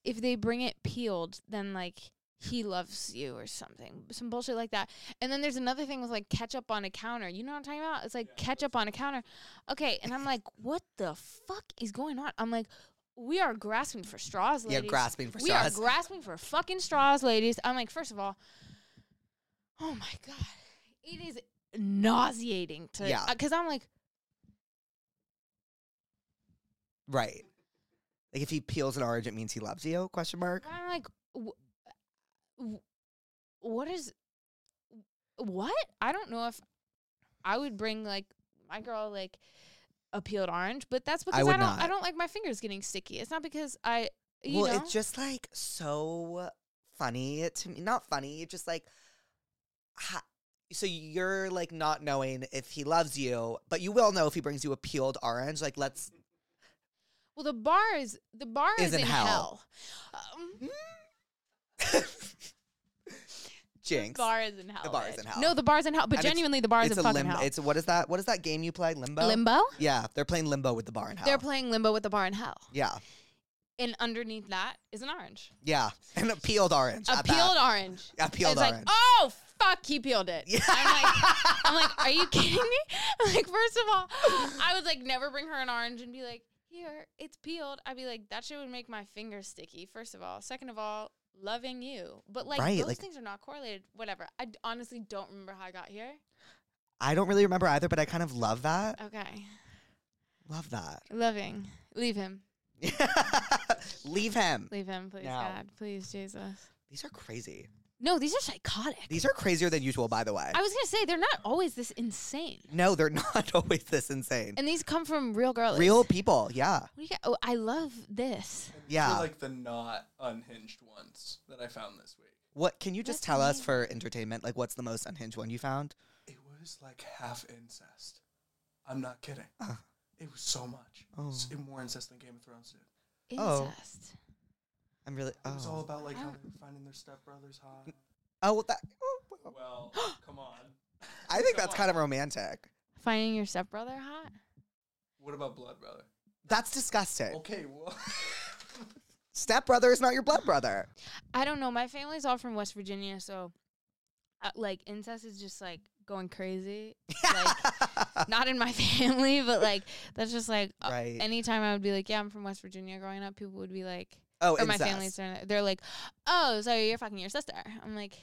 B: if they bring it peeled, then like he loves you or something, some bullshit like that. And then there's another thing with like ketchup on a counter. You know what I'm talking about? It's like ketchup on a counter. Okay, and I'm like, what the fuck is going on? I'm like, we are grasping for straws,
A: yeah,
B: ladies.
A: grasping for
B: we are
A: straws.
B: grasping for fucking straws, ladies. I'm like, first of all, oh my god, it is nauseating to
A: Yeah.
B: because I'm like,
A: right. Like if he peels an orange, it means he loves you? Question mark.
B: I'm like, w- w- what is what? I don't know if I would bring like my girl like a peeled orange, but that's because I,
A: would
B: don't I
A: not.
B: don't like my fingers getting sticky. It's not because I you
A: well,
B: know
A: it's just like so funny to me. Not funny. Just like, ha- so you're like not knowing if he loves you, but you will know if he brings you a peeled orange. Like, let's.
B: well the bar is the bar is,
A: Is in
B: in
A: hell. Mm,
B: hell. Um,
A: Jinx.
B: bar is in hell.
A: bar is in
B: bitch.
A: hell.
B: No, the bar's in hell. But
A: And it's-
B: genuinely, the bar's
A: it's
B: in
A: a
B: fucking
A: limbo.
B: hell.
A: It's what is that? What is that game you play? Limbo.
B: limbo.
A: Yeah, they're playing limbo with the bar in hell.
B: They're playing limbo with the bar in hell,
A: yeah,
B: and underneath that is an orange,
A: yeah, [LAUGHS] and a peeled orange.
B: a
A: at that.
B: peeled orange.
A: A peeled
B: it's
A: orange.
B: like, oh fuck, he peeled it.
A: [LAUGHS] Yeah.
B: I'm
A: [LAUGHS]
B: like, I'm like, are you kidding me? [LAUGHS] I'm like, first of all, I would like never bring her an orange and be like, here, it's peeled. I'd be like, that shit would make my fingers sticky. First of all, second of all, loving you, but like
A: Right,
B: those
A: like-
B: things are not correlated. Whatever. I d- honestly don't remember how I got here.
A: I don't really remember either, but I kind of love that.
B: Okay,
A: Love that. [LAUGHS]
B: loving. Leave him.
A: Leave him.
B: Leave him, please,
A: No.
B: God. Please, Jesus.
A: These are crazy.
B: No, these are psychotic.
A: These are crazier than usual, by the way.
B: I was gonna say they're not always this insane,
A: No, they're [LAUGHS] not always this insane.
B: and these come from real girlies.
A: Real
B: What
A: people, yeah,
B: do you get? Oh, I love this.
C: These
A: Yeah.
C: are like the not unhinged ones that I found this week.
A: What can you just
B: That's
A: tell us
B: amazing.
A: for entertainment? Like, what's the most unhinged one you found?
C: It was like half incest. I'm not kidding.
A: Ah.
C: It was so much. S-
A: Oh.
C: more incest than Game of Thrones did.
A: Oh.
B: Incest.
A: I'm really.
C: It was all
A: Oh,
C: about like how
B: I
C: they were finding their stepbrothers hot.
A: oh well, that, oh, well,
C: well, come on.
A: I think
C: Come
A: that's kind of
C: on.
A: romantic.
B: Finding your stepbrother hot.
C: What about Blood Brother?
A: That's disgusting.
C: Okay, well. [LAUGHS]
A: Step brother is not your blood brother. [LAUGHS]
B: I don't know. My family's all from West Virginia, so uh, like incest is just like
A: [LAUGHS]
B: going crazy. like not in my family, but like that's just like uh,
A: Right.
B: anytime I would be like, yeah, I'm from West Virginia. Growing up, people would be like,
A: oh,
B: or
A: incest.
B: my family's they're, they're like, oh, so you're fucking your sister. I'm like,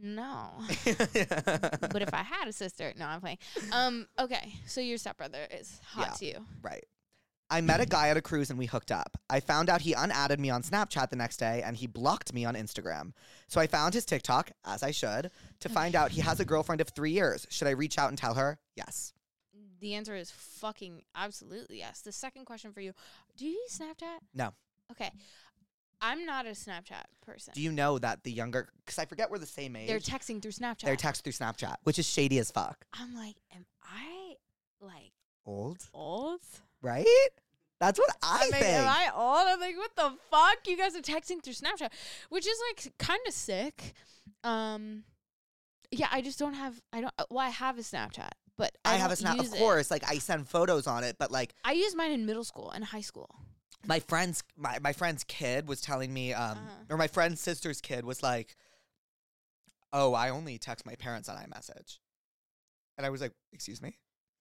B: no.
A: [LAUGHS]
B: [LAUGHS] but if I had a sister, no, I'm playing. Um, okay, so your stepbrother is hot
A: Yeah.
B: to you.
A: Right. I met
B: Mm-hmm.
A: a guy at a cruise and we hooked up. I found out he unadded me on Snapchat the next day and he blocked me on Instagram. So I found his TikTok, as I should, to find out he has a girlfriend of three years. Should I reach out and tell her? Yes.
B: The answer is fucking absolutely yes. The second question for you: Do you use Snapchat?
A: No.
B: Okay, I'm not a Snapchat person.
A: Do you know that the younger, because I forget we're the same age,
B: They're texting through Snapchat.
A: they're text through Snapchat, which is shady as fuck.
B: I'm like, am I like
A: Old,
B: old?
A: right? That's what I,
B: I'm like,
A: think.
B: am I old? I'm like, what the fuck? You guys are texting through Snapchat, which is like kind of sick. Um, yeah, I just don't have. I don't. Well, I have a Snapchat, but I,
A: I have a
B: don't
A: snap, of
B: use it.
A: course. Like I send photos on it, but like
B: I used mine in middle school and high school.
A: my friend's my, my friend's kid was telling me um
B: Uh-huh.
A: or my friend's sister's kid was like oh i only text my parents on imessage and i was like excuse me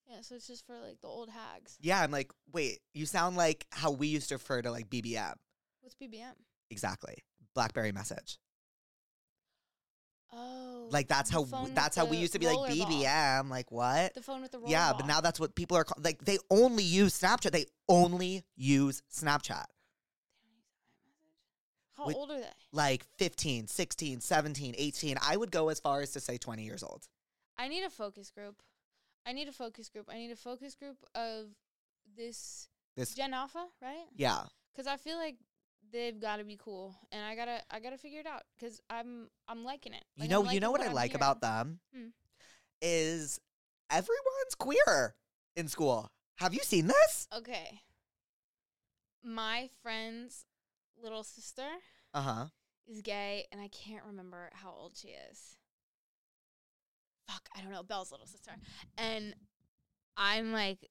B: Yeah, so it's just for like the old hags.
A: yeah i'm like wait you sound like how we used to refer to like bbm
B: What's BBM?
A: exactly blackberry message
B: Oh,
A: like that's
B: the
A: how
B: phone
A: w-
B: with
A: that's how we
B: the
A: used to be like
B: rollerball.
A: bbm like what
B: The phone with the roller
A: yeah but
B: ball.
A: now that's what people are call- like they only use snapchat they only use snapchat
B: How
A: with-
B: old are they?
A: like 15 16 17 18 i would go as far as to say 20 years old
B: I need a focus group. I need a focus group. I need a focus group of this
A: This-
B: Gen Alpha, right?
A: yeah
B: Because I feel like they've got to be cool, and I gotta I gotta figure it out. Because I'm I'm liking it.
A: You know, you know what, I like about them
B: Hmm.
A: is everyone's queer in school. Have you seen this?
B: that. Okay, my friend's little sister
A: Uh
B: Uh-huh.
A: huh.
B: is gay, and I can't remember how old she is. Fuck, I don't know. Belle's little sister, and I'm like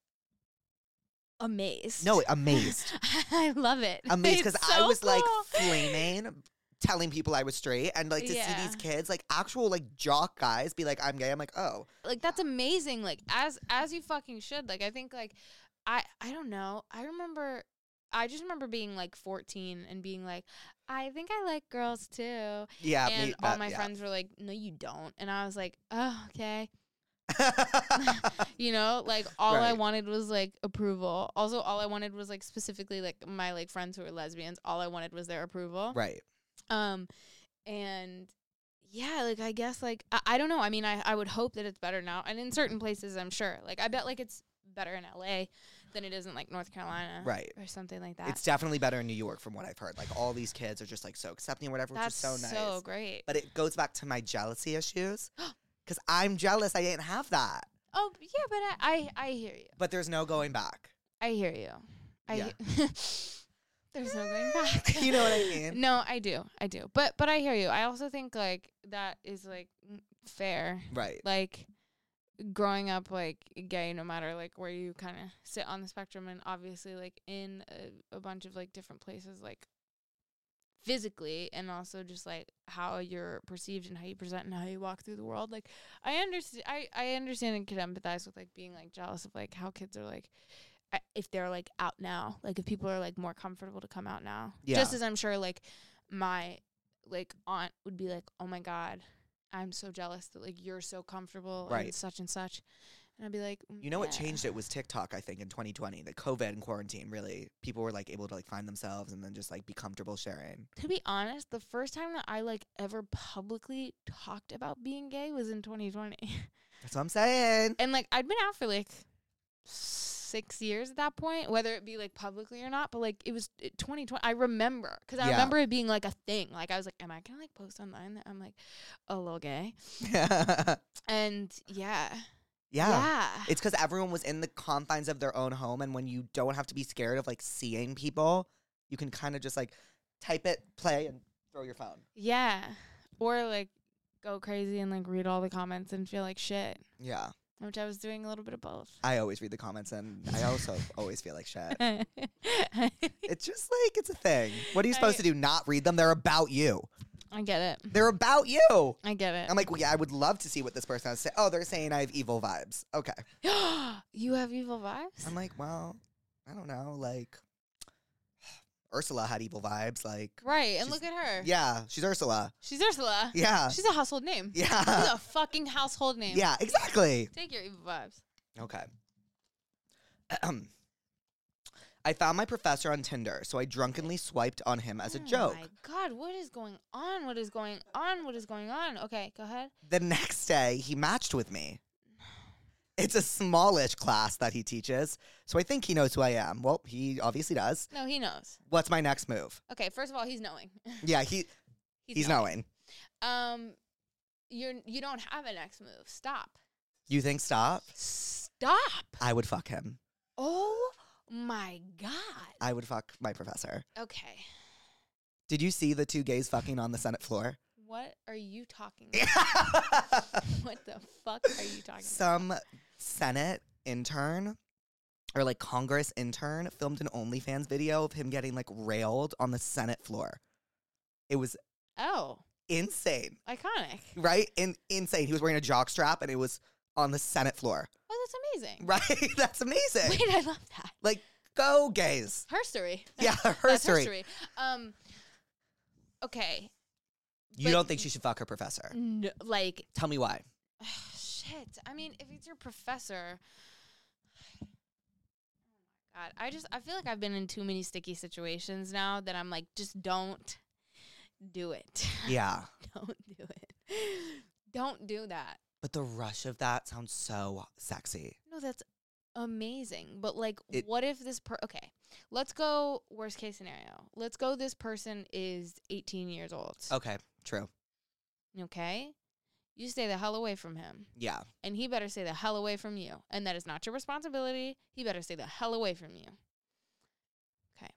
B: amazed.
A: No, amazed,
B: [LAUGHS] I love it.
A: amazed because
B: It's
A: I
B: so
A: was like
B: cool.
A: flaming, telling people I was straight, and like to see
B: Yeah.
A: these kids, like actual like jock guys, be like, "I'm gay." I'm like, "Oh,
B: like that's amazing. Like as as you fucking should. Like I think like I I don't know. I remember I just remember being like 14 and being like, I think I like girls too.
A: yeah."
B: and
A: me,
B: all
A: that-
B: my
A: yeah.
B: friends were like, No, you don't. And I was like, Oh, okay. You know, like all I
A: Right.
B: wanted was like approval. Also, all I wanted was like specifically like my like friends who were lesbians. All I wanted was their approval.
A: [LAUGHS] right.
B: [LAUGHS] Um, and yeah, like I guess like I, I don't know. I mean, I I would hope that it's better now, and in certain places, I'm sure. Like I bet like it's better in L.A. than it is in like North Carolina,
A: Right.
B: or something like that.
A: It's definitely better in New York, from what I've heard. Like all these kids are just like so accepting, or whatever,
B: That's
A: which is so nice.
B: great.
A: but it goes back to my jealousy issues [GASPS] because I'm jealous. I didn't have that.
B: oh yeah, but I, I I hear you.
A: But there's no going back.
B: I hear you. I
A: Yeah.
B: hear- [LAUGHS] There's
A: [LAUGHS]
B: no going back.
A: You
B: [LAUGHS]
A: know what I mean?
B: No, I do. I do. But but I hear you. I also think like that is like n- fair.
A: Right.
B: like growing up like gay no matter like where you kind of sit on the spectrum and obviously like in a, a bunch of like different places like physically and also just like how you're perceived and how you present and how you walk through the world like i understand i i understand and could empathize with like being like jealous of like how kids are like I- if they're like out now like if people are like more comfortable to come out now just
A: Yeah.
B: as i'm sure like my like aunt would be like oh my god i'm so jealous that like you're so comfortable
A: Right.
B: and such and such And I'd be like, "Mm,
A: You know what
B: yeah."
A: changed it was TikTok, I think, in 2020. The COVID and quarantine really people were like able to like find themselves and then just like be comfortable sharing.
B: To be honest, the first time that I like ever publicly talked about being gay was in 2020.
A: That's what I'm saying.
B: [LAUGHS]
A: [LAUGHS]
B: and like I'd been out for like six years at that point, whether it be like publicly or not. But like it was it- 2020. I remember because I
A: Yeah.
B: remember it being like a thing. Like I was like, am I gonna like post online that I'm like a little gay?
A: yeah.
B: And yeah,
A: yeah.
B: yeah,
A: It's because everyone was in the confines of their own home, and when you don't have to be scared of like seeing people, you can kind of just like type it, play, and throw your phone.
B: yeah. Or like go crazy and like read all the comments and feel like shit,
A: Yeah,
B: which I was doing a little bit of both. [LAUGHS]
A: I always read the comments, and I also always feel like shit.
B: I
A: It's just like it's a thing. What are you supposed
B: I-
A: to do? Not read them? They're about you.
B: get it.
A: They're about you.
B: I get it.
A: I'm like, well, yeah, I would love to see what this person has to say. Oh, they're saying I have evil vibes. Okay.
B: [GASPS] you have evil vibes?
A: I'm like, well, I don't know. Like, [SIGHS] Ursula had evil vibes. Like,
B: right. And
A: she's-
B: look at her.
A: yeah, she's
B: [LAUGHS]
A: Ursula.
B: She's Ursula.
A: Yeah.
B: She's a household name. She's
A: Yeah.
B: a fucking household name.
A: Yeah, exactly.
B: Take your evil vibes.
A: Okay. [CLEARS THROAT] Ahem. I found my professor on Tinder, so I drunkenly swiped on him as a
B: Oh
A: joke.
B: my God, what is going on? What is going on? What is going on? Okay, go ahead.
A: The next day, he matched with me. It's a smallish class that he teaches, so I think he knows who I am. Well, he obviously does.
B: No, he knows.
A: What's my next move?
B: Okay, first of all, he's knowing. [LAUGHS]
A: Yeah, he he's, knowing.
B: Um, you're you don't have an ex move. Stop.
A: You think stop?
B: Stop.
A: I would fuck him.
B: Oh my God.
A: I would fuck my professor.
B: Okay,
A: Did you see the two gays fucking on the Senate floor? [LAUGHS]
B: what are you talking? about? what the fuck are you talking?
A: Some Senate intern or like Congress intern filmed an OnlyFans video of him getting like railed on the Senate floor. It was
B: about? Oh,
A: insane,
B: iconic.
A: right? In- insane. He was wearing a jock strap and it was on the Senate floor, [LAUGHS]
B: Oh, that's amazing.
A: right? That's amazing.
B: Wait, I love that.
A: Like, go
B: [LAUGHS]
A: gays.
B: Her story.
A: Yeah, her
B: That's
A: story.
B: history. Um, okay.
A: You
B: But- Mm.
A: don't think she should fuck her professor?
B: No, like, [SIGHS]
A: Tell me why.
B: shit. I mean, if it's your professor. [SIGHS] Oh my God. I just, I feel like I've been in too many sticky situations now that I'm like, just don't do it. [LAUGHS]
A: Yeah.
B: don't do it. Don't do that.
A: But the rush of that sounds so sexy.
B: No, that's amazing. But like,
A: It-
B: what if this per? Okay, let's go worst case scenario. Let's go. This person is 18 years old.
A: Okay, true.
B: Okay, you stay the hell away from him,
A: Yeah.
B: and he better stay the hell away from you. And that is not your responsibility. He better stay the hell away from you. Okay.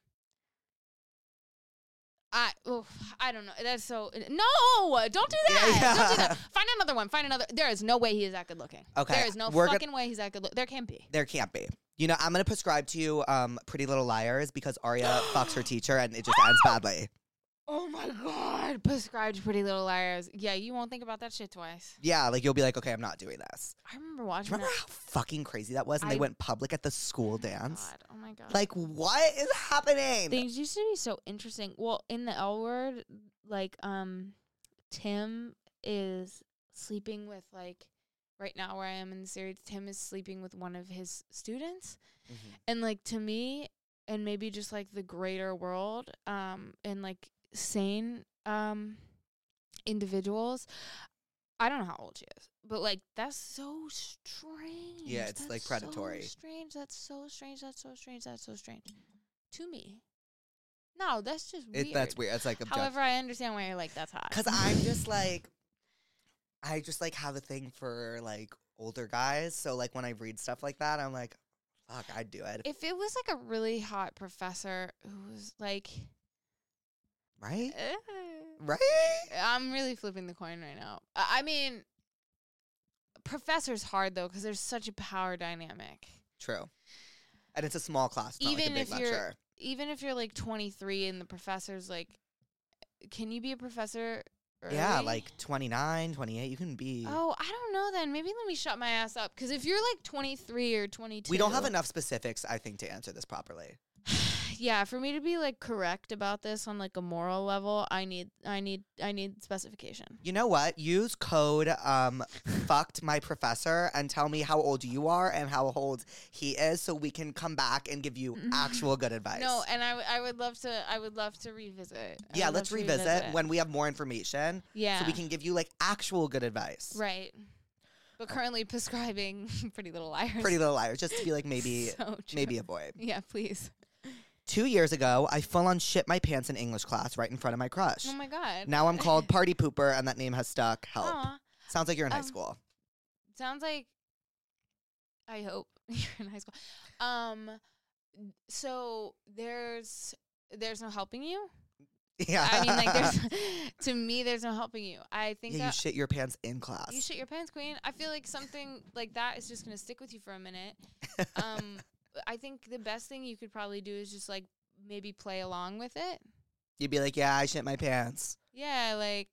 B: I oof, I don't know. That's so no. Don't do
A: Yeah,
B: that. Don't do
A: yeah.
B: that. Find another one. Find another. There is no way he is that good looking.
A: Okay,
B: There is no
A: we're gonna-
B: fucking way he's that good. Look- there can be.
A: There can't be. You know, I'm gonna prescribe to you um Pretty Little Liars because
B: [GASPS]
A: Arya fucks her teacher and it just ends badly.
B: Oh my god, prescribed Pretty Little Liars. Yeah, you won't think about that shit twice.
A: Yeah, like you'll be like, okay, I'm not doing this.
B: I remember
A: Do
B: watching
A: you remember
B: that.
A: how fucking crazy that was? And
B: I-
A: they went public at the school dance.
B: God, oh my god.
A: Like, what is happening?
B: things used to be so interesting. Well, in the L word, like um, Tim is sleeping with like right now where I am in the series. Tim is sleeping with one of his students,
A: Mhm.
B: and like to me, and maybe just like the greater world, um, and like sane um individuals. I don't know how old she is, but like that's so strange.
A: it's, like,
B: That's so
A: predatory.
B: strange. That's so strange. That's so strange. That's so strange. To me, no, that's just weird.
A: It, that's weird. It's like
B: However, I understand why you're like that's hot.
A: because I'm just like, I just like have a thing for like older guys. So like when I read stuff like that, I'm like, fuck, I'd do it,
B: if it was like a really hot professor who was
A: [LAUGHS]
B: like,
A: right?
B: eh,
A: Right?
B: I'm really flipping the coin right now. I I mean, professor's hard though because there's such a power dynamic.
A: True. And it's a small class, not like
B: Even
A: a big
B: if you're-
A: lecture.
B: even if you're like 23 and the professor's like, can you be a professor?
A: Yeah,
B: early?"
A: like 29, 28, you can be.
B: Oh, I don't know. Then maybe let me shut my ass up. Because if you're like 23 or 22,
A: we don't have enough specifics, I think, to answer this properly.
B: [SIGHS] yeah, for me to be like correct about this on like a moral level, I need I need I need specification.
A: You know what? Use code um fucked my professor and tell me how old you are and how old he is so we can come back and give
B: [LAUGHS]
A: you actual good advice.
B: No, and I, w- I would love to I would love to revisit. I
A: yeah,
B: would
A: let's
B: love to
A: revisit, when we have more information
B: yeah
A: so we can give you like actual good advice.
B: right. But currently prescribing [LAUGHS] Pretty Little Liars.
A: Oh.
B: [LAUGHS]
A: Pretty little liars just to be like maybe
B: So [LAUGHS] true.
A: maybe avoid.
B: Yeah, please.
A: Two years ago, I full on shit my pants in English class right in front of my crush.
B: Oh my
A: [LAUGHS]
B: god.
A: now I'm
B: [LAUGHS]
A: called party pooper and that name has stuck. Help.
B: Aw,
A: Sounds like you're in high
B: Um,
A: school. [LAUGHS]
B: sounds like I hope [LAUGHS] you're in high school. Um, so there's there's no helping you.
A: [LAUGHS] Yeah.
B: I mean, like there's [LAUGHS] to me, there's no helping you. I think
A: yeah, you
B: that
A: shit your pants in class.
B: you shit your pants, queen. I feel like something like that is just gonna stick with you for
A: [LAUGHS]
B: a minute. Um, I think the best thing you could probably do is just like maybe play along with it.
A: You'd be like, yeah, I shit my pants.
B: Yeah, like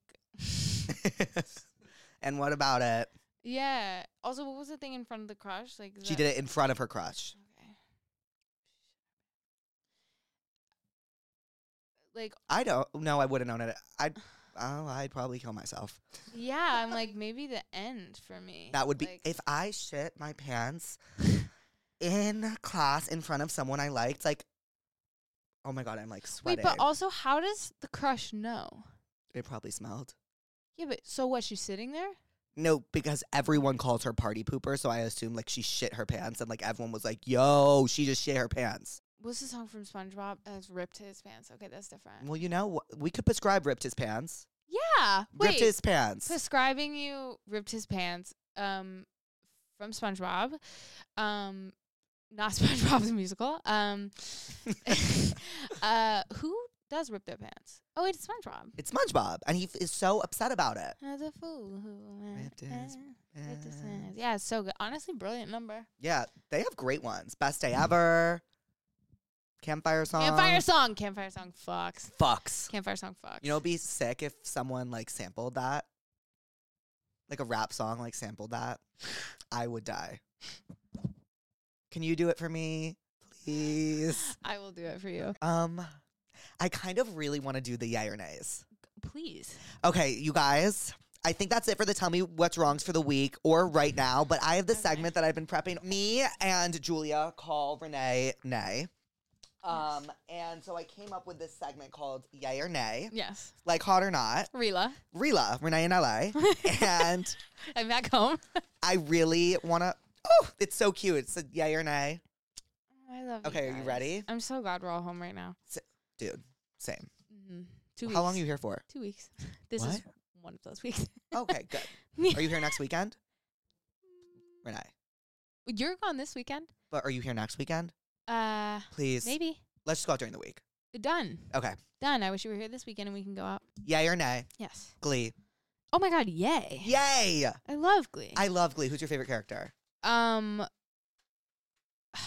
A: [LAUGHS] and what about it?
B: yeah. Also, what was the thing in front of the crush? Like
A: She did it in front of her crush.
B: Okay. Like
A: I don't. No, I wouldn't own it. I'd. Oh, I'd probably kill myself.
B: yeah, I'm like maybe the end for me.
A: [LAUGHS] That would be
B: Like,
A: if I shit my pants in class in front of someone I liked. Like, oh my god, I'm like
B: wait,
A: sweating.
B: but also how does the crush know?
A: it probably smelled.
B: Yeah, but so what? She's sitting there.
A: No, because everyone calls her party pooper, so I assume like she shit her pants, and like everyone was like, "Yo, she just shit her pants."
B: What's the song from SpongeBob? That's ripped his pants. Okay, that's different.
A: Well, you know, wh- we could prescribe ripped his pants.
B: yeah, wait.
A: Ripped his pants.
B: prescribing you ripped his pants. Um, from SpongeBob. Um, not [LAUGHS] SpongeBob's musical. Um, [LAUGHS]
A: [LAUGHS]
B: uh, who does rip their pants? Oh, wait, it's SpongeBob.
A: It's SpongeBob, and he f- is so upset about it.
B: Another fool who
A: Ripped his
B: ripped his
A: Uh,
B: pants. Yeah, it's so good. Honestly, brilliant number.
A: Yeah, they have great ones. Best day ever. Campfire song.
B: Mm. Campfire song. Campfire song. Fox.
A: Fucks.
B: Campfire song. Fox.
A: Um, You know, it'd be sick if someone like sampled that, like a rap song, like sampled that. I would die. Can you do it for me, please?
B: I will do it for you.
A: Um, I kind of really want to do the yay or nays.
B: Please.
A: Okay, you guys. I think that's it for the tell me what's wrongs for the week or right now. But I have the
B: Okay.
A: segment that I've been prepping. Me and Julia call Renee Nay. Um, and so I came up with this segment called Yay or Nay,
B: Yes.
A: like hot or not.
B: Rila.
A: Rila, Renee in
B: [LAUGHS]
A: LA. and
B: I'm back home.
A: I really wanna Oh, it's so cute. It's a yay or nay.
B: Oh, I love
A: Okay, are you
B: guys.
A: ready?
B: I'm so glad we're all home right now.
A: Dude, same.
B: Mhm. Two weeks.
A: How long are you here for?
B: Two weeks. [LAUGHS] This is one of those weeks. [LAUGHS]
A: Okay, good. [LAUGHS] Are you here next weekend?
B: Mm.
A: Renee.
B: You're gone this weekend?
A: But are you here next weekend?
B: Uh,
A: Please.
B: maybe.
A: Let's just go out during the week.
B: Done.
A: Okay.
B: Done. I wish you were here this weekend and we can go out.
A: Yay or nay?
B: Yes.
A: Glee.
B: Oh my God. Yay.
A: Yay!
B: I love Glee.
A: I love Glee. Who's your favorite character?
B: um. [SIGHS]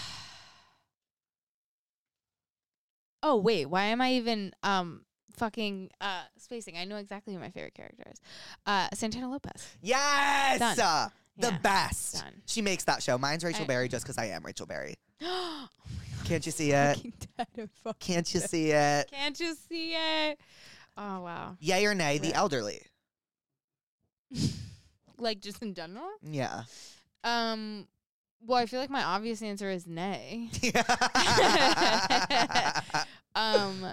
B: Oh wait, why am I even um fucking uh spacing? I know exactly who my favorite character is. Uh, Santana Lopez.
A: Yes!
B: Done.
A: Uh, the
B: Yeah.
A: best.
B: Done. [GASPS]
A: She makes that show. Mine's Rachel
B: I-
A: Berry just because I am Rachel Berry.
B: oh my God,
A: Can't you see
B: I'm
A: it?
B: fucking dead. I'm fuck-
A: Can't
B: [LAUGHS]
A: you see it?
B: Can't you see it? Oh wow.
A: Yay or nay, the
B: Right.
A: elderly.
B: Like just in general.
A: Yeah.
B: [LAUGHS]
A: [LAUGHS]
B: Um. Well, I feel like my obvious answer is nay. Um.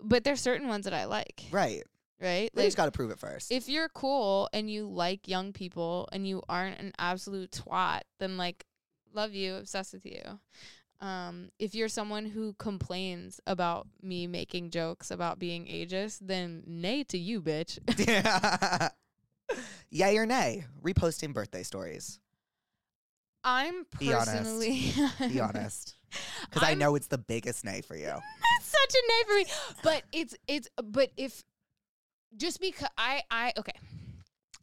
B: But there's certain ones that I like.
A: right.
B: Right.
A: They just got to prove it first.
B: if you're cool and you like young people and you aren't an absolute twat, then like love you, obsessed with you. Um, if you're someone who complains about me making jokes about being ageist, then nay to you, bitch. [LAUGHS]
A: [LAUGHS] Yay or nay, reposting birthday stories.
B: I'm
A: Be honest.
B: personally [LAUGHS]
A: Be honest. Because I
B: I'm-
A: know it's the biggest nay for you.
B: That's such a nay for me. But it's it's but if just because I I okay,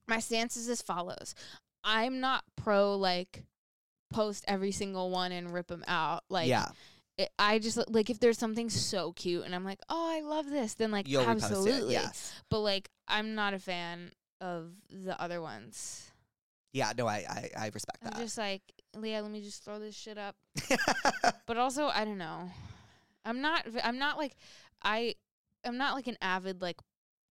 B: my stance is as follows: I'm not pro like post every single one and rip them out. Like
A: yeah.
B: it, I just like if there's something so cute and I'm like, oh, I love this, then like
A: You'll repost it.
B: absolutely.
A: Yes.
B: But like I'm not a fan of the other ones.
A: Yeah, no, I, I, I respect
B: I'm
A: that. [LAUGHS]
B: just like, Leah, let me just throw this shit up. But also, I don't know. I'm not. v- I'm not like. I. I'm not like an avid like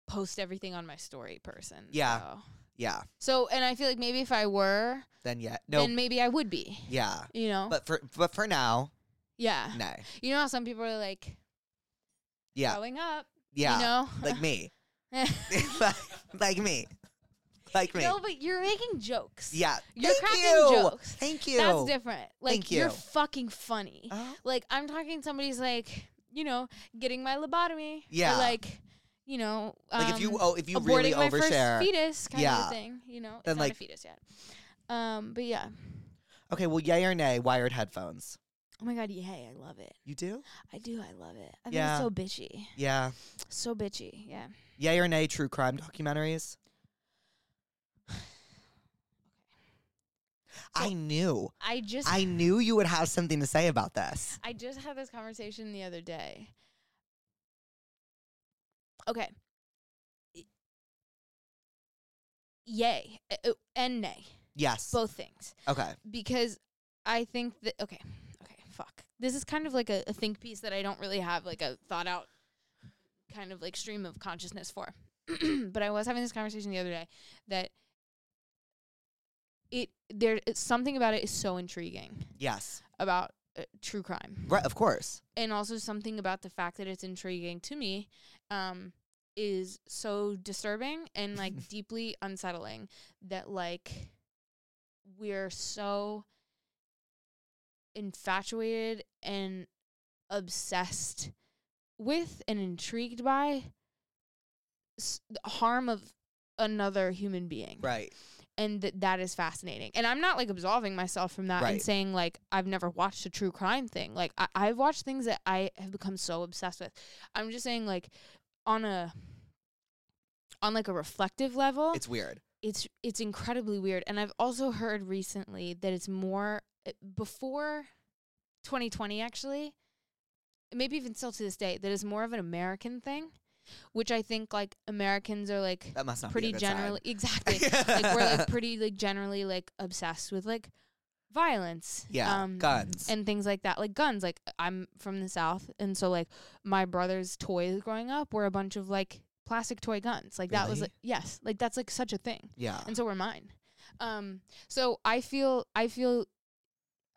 B: post everything on my story person.
A: Yeah.
B: So,
A: Yeah.
B: So, and I feel like maybe if I were,
A: Then yeah. No.
B: then maybe I would be.
A: yeah.
B: You know.
A: But for but for now,
B: yeah.
A: no.
B: [LAUGHS] You know how some people are like.
A: Yeah.
B: Growing up.
A: Yeah.
B: You know.
A: Like
B: [LAUGHS]
A: me. [LAUGHS] like, like me. Like me.
B: no, but you're making jokes.
A: Yeah.
B: You're
A: Thank
B: cracking
A: you.
B: jokes.
A: Thank you.
B: That's different. Like
A: Thank
B: you're
A: you.
B: fucking funny.
A: Oh,
B: Like I'm talking somebody's like, you know, getting my lobotomy.
A: Yeah.
B: Or like, you know, um,
A: like if you oh if you
B: aborting
A: really
B: my first
A: overshare.
B: fetus kind of
A: Yeah.
B: a thing. You know,
A: Then,
B: it's not
A: like-
B: a fetus yet. Um, but yeah.
A: Okay, well, yay or nay, wired headphones.
B: Oh my god, yay! I love it.
A: You do?
B: I do. I love it. I
A: Yeah.
B: think it's so bitchy.
A: Yeah.
B: So bitchy. Yeah.
A: Yay or nay, true crime
B: [SIGHS]
A: documentaries. I knew.
B: I just
A: I knew you would have something to say about this.
B: I just had this conversation the other day. Okay. Y- Yay uh, uh, and nay,
A: Yes.
B: both things,
A: Okay.
B: because I think that okay, okay, fuck. This is kind of like a, a think piece that I don't really have like a thought out kind of like stream of consciousness for. [CLEARS THROAT] but I was having this conversation the other day that it there it's something about it is so intriguing
A: Yes.
B: about uh, true crime
A: Right. Of course.
B: and also something about the fact that it's intriguing to me um is so disturbing and like deeply unsettling that like we're so infatuated and obsessed with and intrigued by s- the harm of another human being
A: Right.
B: and that that is fascinating. And I'm not like absolving myself from that
A: Right.
B: and saying like I've never watched a true crime thing. Like I- I've watched things that I have become so obsessed with. I'm just saying like on a on like a reflective level, it's
A: It's weird.
B: it's, incredibly weird. And I've also heard recently that it's more eh, before 2020 actually, maybe even still to this day, that it's more of an American thing, which I think like Americans are like
A: That must not
B: pretty
A: be a good sign. [LAUGHS]
B: generally exactly like we're like pretty like generally like obsessed with like violence um,
A: yeah. guns.
B: and things like that like guns like i'm from the south and so like my brother's toys growing up were a bunch of like plastic toy guns like that was
A: Really?
B: like, yes like that's like such a thing
A: yeah.
B: and so were mine um so i feel i feel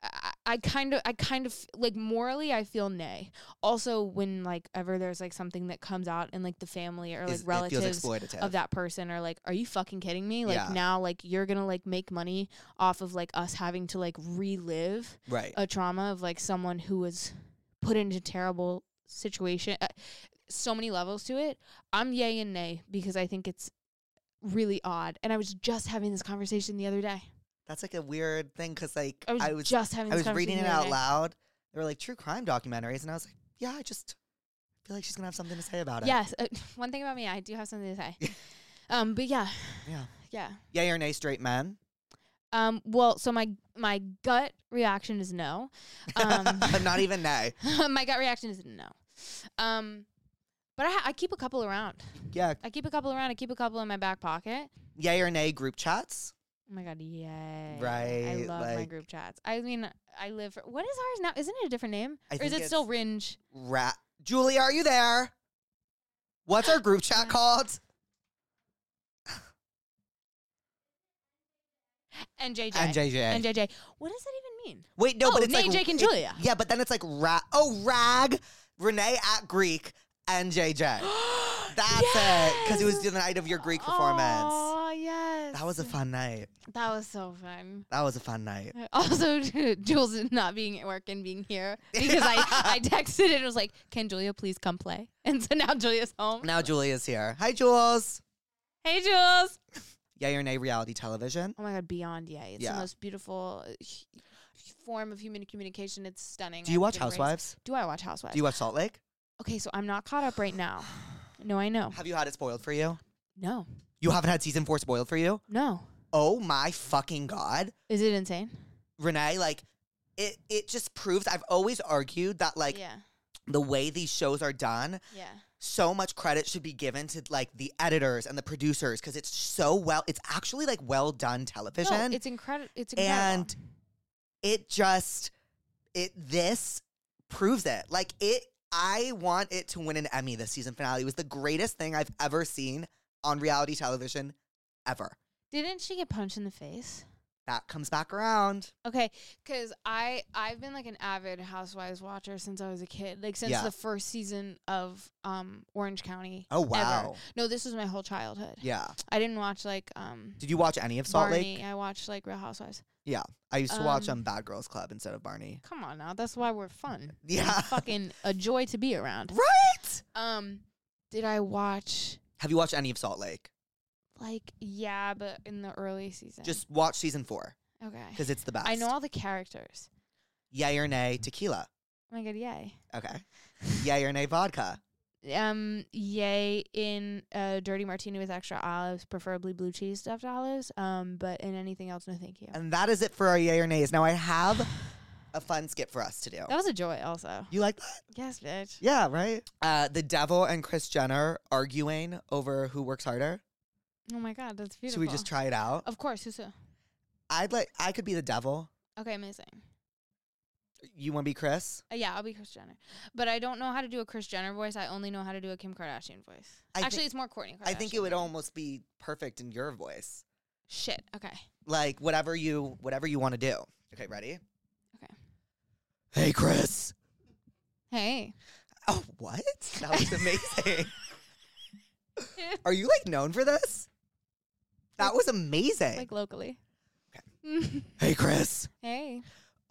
B: I, I kind of, I kind of like morally, I feel nay. Also, when like ever there's like something that comes out in like the family or like
A: Is-
B: relatives,
A: it feels exploitative.
B: of that person are like, are you fucking kidding me? Like
A: Yeah.
B: now, like you're gonna like make money off of like us having to like relive
A: Right.
B: a trauma of like someone who was put into terrible situation. Uh, so many levels to it. I'm yay and nay because I think it's really odd. And I was just having this conversation the other day.
A: That's like a weird thing because like
B: I was,
A: I was
B: just having.
A: I
B: This
A: was reading
B: conversation
A: it
B: the other
A: out
B: day.
A: loud. They were like true crime documentaries, and I was like, yeah, I just feel like she's gonna have something to say about it.
B: Yes. Uh, [LAUGHS] one thing about me, I do have something to say. um. But yeah.
A: Yeah.
B: Yeah.
A: Yay or nay, straight men.
B: Um. Well. So my my gut reaction is no.
A: [LAUGHS]
B: Um.
A: Not even nay.
B: [LAUGHS] my gut reaction is no. Um, but I, ha- I keep a couple around.
A: Yeah.
B: I keep a couple around. I keep a couple in my back pocket.
A: Yay or nay, group chats.
B: Oh my god, yay! I
A: Right,
B: love my
A: like-
B: group chats. I mean, I live for what is ours now? Isn't it a different name,
A: I
B: or is
A: think
B: it still
A: it's-
B: Ringe?
A: Rat. Julie, are you there? What's our group
B: Um,
A: chat called?
B: NJJ.
A: NJJ.
B: NJJ. What does that even mean? [GASPS]
A: Wait, no,
B: oh,
A: but it's
B: Nate,
A: like
B: Jake, and
A: it-
B: Julia.
A: yeah, but then it's like rag. Oh, rag. Renee at Greek and
B: [GASPS]
A: JJ. [GASPS] That's it. Because it was the night of your Greek performance.
B: Oh yes.
A: That was a fun night.
B: that was so fun.
A: That was a fun night.
B: [LAUGHS] Also, Jules not being at work and being here because I,
A: [LAUGHS]
B: I texted and was like, "Can Julia please come play?" [LAUGHS] And so now Julia's home.
A: Now Julia's here. Hi, Jules.
B: Hey, Jules.
A: Yay or nay, reality television.
B: Oh my God, Beyond Yay! It's
A: Yeah.
B: the most beautiful uh, hu- form of human communication. It's stunning.
A: Do you
B: I
A: watch
B: couldn't raise-
A: Housewives?
B: Do I watch Housewives?
A: Do you watch Salt Lake?
B: okay, so I'm not caught up
A: [SIGHS]
B: right now. No, I know.
A: Have you had it spoiled for you?
B: No,
A: You haven't had season four spoiled for you?
B: no.
A: Oh my fucking God.
B: Is it insane?
A: Renee, like it it just proves I've always argued that like
B: yeah,
A: the way these shows are done,
B: yeah,
A: so much credit should be given to like the editors and the producers because it's so well it's actually like well done
B: no,
A: television.
B: it's incredible. It's incredible.
A: it just it this proves it. Like it I want it to win an Emmy this season finale. It was the greatest thing I've ever seen on reality television ever.
B: Didn't she get punched in the face?
A: That comes back around.
B: Okay, because I I've been like an avid Housewives watcher since I was a kid, like since
A: Yeah.
B: the first season of um Orange County.
A: Oh
B: ever.
A: wow.
B: No, this was my whole childhood.
A: Yeah.
B: I didn't watch like um
A: Did you watch any of Salt
B: Barney.
A: Lake?
B: I watched like Real Housewives.
A: I used to watch
B: Um,
A: um Bad Girls Club instead of Barney.
B: Come on now, that's why
A: [LAUGHS]
B: we're fun.
A: Yeah.
B: Fucking a joy to be around.
A: Right?
B: Um, did I watch
A: Have you watched any of Salt Lake?
B: like yeah, but in the early season?
A: Just watch season four
B: okay.
A: because it's the best.
B: I know all the characters.
A: Yay or nay, tequila.
B: Oh my god, yay! [LAUGHS]
A: Okay. Yay or nay, vodka.
B: um yay in a dirty martini with extra olives preferably blue cheese stuffed olives um but in anything else no thank you
A: And that is it for our yay or nays. Now I have a fun skit for us to do.
B: that was a joy also
A: You like that?
B: yes bitch
A: Yeah, right? Uh, the devil and Chris Jenner arguing over who works harder.
B: oh my god that's beautiful Oh.
A: Should we just try it out?
B: of course who's who
A: I'd like I could be the devil.
B: okay amazing
A: You wanna be Chris?
B: uh, yeah i'll be chris jenner but i don't know how to do a chris jenner voice i only know how to do a kim kardashian voice
A: I thi-
B: actually it's more courtney
A: I think it
B: Kardashian,
A: would
B: right?
A: almost be perfect in your voice.
B: shit okay
A: Like whatever you whatever you want to do. Okay, ready?
B: Okay.
A: Hey Chris.
B: hey
A: Oh what? That was amazing. Are you like known for this? That was amazing.
B: like locally
A: hey Chris.
B: [LAUGHS] hey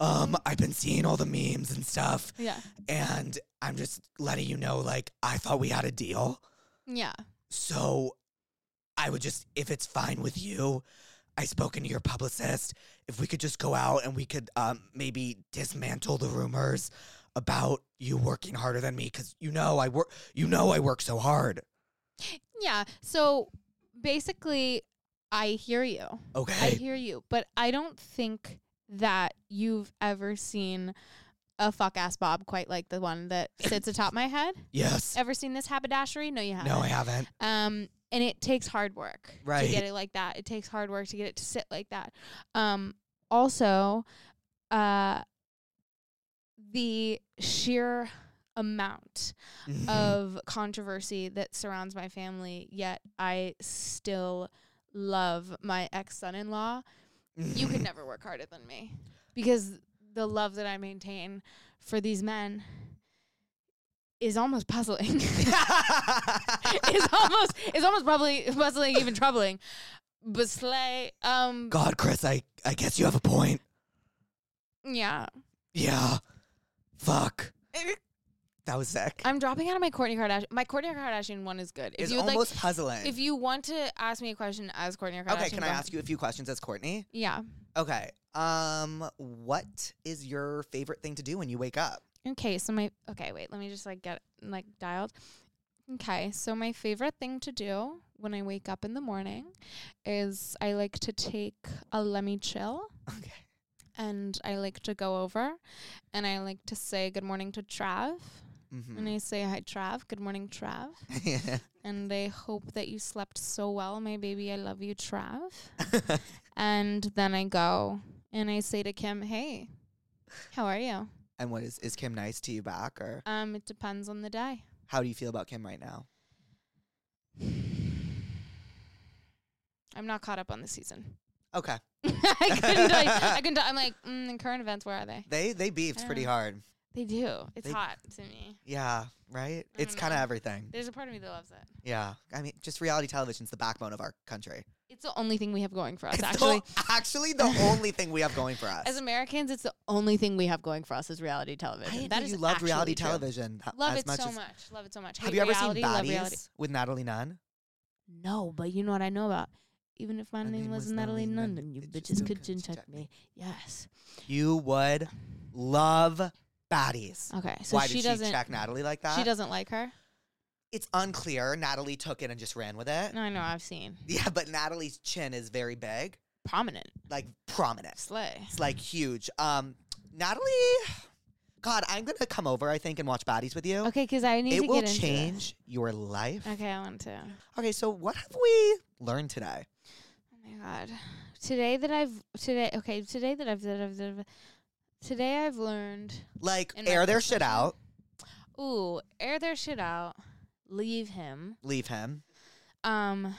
A: Um, I've been seeing all the memes and stuff,
B: yeah
A: and I'm just letting you know, like, I thought we had a deal.
B: yeah
A: So I would just, if it's fine with you, I spoken to your publicist. If we could just go out and we could um, maybe dismantle the rumors about you working harder than me, because you know I work, you know I work so hard.
B: yeah so basically i hear you I
A: Okay,
B: hear you, but I don't think that you've ever seen a fuck ass Bob quite like the one that [LAUGHS] sits atop my head.
A: yes.
B: Ever seen this haberdashery? No, you haven't.
A: No, I haven't.
B: Um, and it takes hard work
A: Right.
B: to get it like that. It takes hard work to get it to sit like that. Um, also, uh, the sheer amount
A: Mhm.
B: of controversy that surrounds my family, yet I still love my ex son in law you [LAUGHS] could
A: Mhm.
B: never work harder than me because the love that I maintain for these men is almost puzzling. [LAUGHS] is almost is almost probably puzzling, even troubling. But slay,
A: [LAUGHS]
B: um,
A: God, Chris, I, I guess you have a point.
B: yeah,
A: Yeah.
B: [LAUGHS]
A: Fuck. That was sick.
B: I'm dropping out of my Courtney Kardashian. My Courtney Kardashian one is good. If
A: it's
B: you would
A: almost
B: like,
A: puzzling.
B: if you want to ask me a question as Courtney Kardashian,
A: okay, can I
B: go-
A: ask you a few questions as Courtney?
B: Yeah.
A: Okay. Um, what is your favorite thing to do when you wake up? [LAUGHS]
B: Okay, so my okay, wait, let me just like get like dialed. Okay, so my favorite thing to do when I wake up in the morning is I like to take a let me chill
A: Okay.
B: and I like to go over and I like to say good morning to Trav.
A: mm-hmm.
B: And I say hi Trav, good morning Trav.
A: Mhm.
B: [LAUGHS] And I hope that you slept so well, my baby. I love you, Trav. and then I go and I say to Kim, Hey, how are you?
A: [LAUGHS] and what is is Kim nice to you back or
B: Um, it depends on the day.
A: how do you feel about Kim right now?
B: I'm not caught up on the [LAUGHS] season.
A: Okay.
B: I couldn't. Tell you. I couldn't. Tell, I'm like, mm, and current events. Where are they?
A: They they beefed pretty
B: Uh.
A: hard.
B: They do. It's
A: They-
B: hot to me.
A: Yeah, right?
B: I
A: It's
B: don't
A: kind of
B: know.
A: everything.
B: There's a part of me that loves it.
A: Yeah. I mean, just reality television's the backbone of our country.
B: It's the only thing we have going for us.
A: It's the-
B: actually,
A: actually the only thing we have going for us.
B: [LAUGHS] as Americans, it's the only thing we have going for us is reality television.
A: I didn't
B: That
A: know
B: is
A: you loved
B: actually
A: reality
B: true.
A: television tha-
B: Love
A: as
B: it
A: much
B: so
A: as
B: much. Love it so much.
A: Have
B: Hate
A: you ever
B: reality,
A: seen
B: love reality.
A: Baddies with Natalie Nunn?
B: No, but you know what I know about. Even if my name was Natalie London, you
A: bitches
B: bitches
A: still
B: could
A: couldn't
B: not touch
A: check me.
B: me. Yes.
A: You would love baddies.
B: Okay. Oh, So
A: Why
B: she
A: did
B: doesn't.
A: she check Natalie like that?
B: she doesn't like her.
A: It's unclear. Natalie took it and just ran with it.
B: No, I know. I've seen
A: [LAUGHS] Yeah, but Natalie's chin is very big,
B: prominent
A: like prominent.
B: slay.
A: It's like huge. Um, Natalie, God, I'm gonna come over. I think and watch baddies with you.
B: Okay, because I need to
A: it will
B: get into
A: change your life.
B: This. Okay, I want to.
A: Okay, so what have we learned today?
B: Oh my god, today that I've today okay today that I've that I've, that I've today I've learned.
A: Like,
B: In my
A: air their shit
B: perception.
A: out.
B: ooh, air their shit out, leave him.
A: Leave him.
B: Um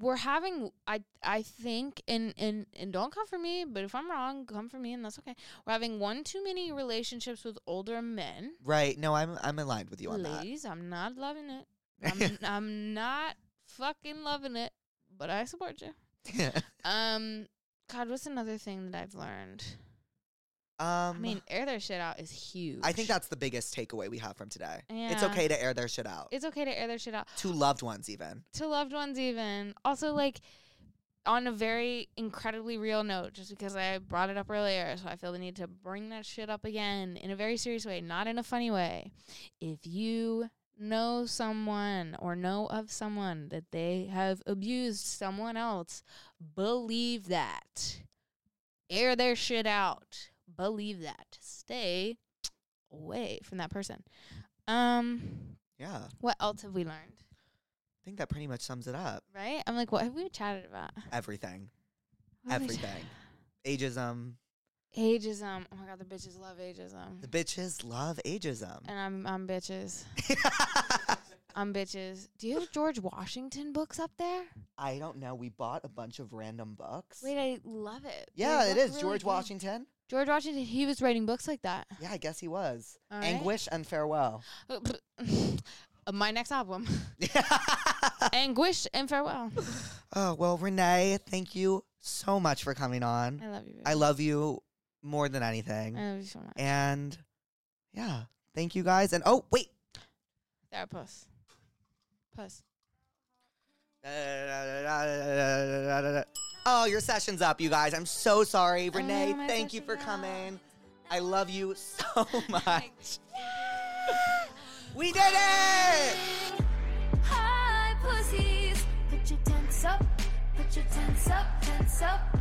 B: we're having I I think and and and don't come for me, but if I'm wrong, come for me and that's okay. We're having one too many relationships with older men.
A: Right. No, I'm I'm aligned with you on that.
B: Ladies, I'm not loving it.
A: [LAUGHS]
B: I'm I'm not fucking loving it, but I support you. Um God, what's another thing that I've learned?
A: [LAUGHS] um
B: I mean, air their shit out is huge.
A: I think that's the biggest takeaway we have from today. It's
B: Yeah.
A: okay to air their shit out.
B: it's okay to air their shit out.
A: to loved ones even.
B: to loved ones even also like on a very incredibly real note just because i brought it up earlier so i feel the need to bring that shit up again in a very serious way not in a funny way if you know someone or know of someone that they have abused someone else believe that air their shit out believe that stay away from that person um
A: Yeah. I
B: what else have we learned
A: think that pretty much sums it up.
B: Right? I'm like, what have we chatted about? [LAUGHS]
A: Everything.
B: What have we
A: Everything. Ageism.
B: chat- Ageism. Oh my god, the bitches love ageism.
A: The bitches love ageism.
B: And I'm
A: [LAUGHS]
B: I'm bitches. I'm bitches. Do you have George Washington books up there?
A: I don't know. We bought a bunch of random books.
B: Wait, I love it. They
A: yeah,
B: look
A: it is.
B: really
A: George
B: good.
A: Washington.
B: George Washington, he was writing books like that.
A: Yeah, I guess he was.
B: All right.
A: Anguish and farewell.
B: [LAUGHS] Uh, My
A: [LAUGHS]
B: next album. Anguish and farewell.
A: [LAUGHS] oh, well, Renee, thank you so much for coming
B: I
A: on.
B: love you. babe.
A: I love you more than anything.
B: I love you so much.
A: And yeah, thank you guys. And oh, wait.
B: There, puss. Puss.
A: Oh, your session's up, you guys. I'm so sorry. Renee,
B: my
A: thank you for
B: session's up.
A: coming. I love you
B: [LAUGHS]
A: so much. we did it!
D: Hi, pussies. Put your tents up. Put your tents up, tents up.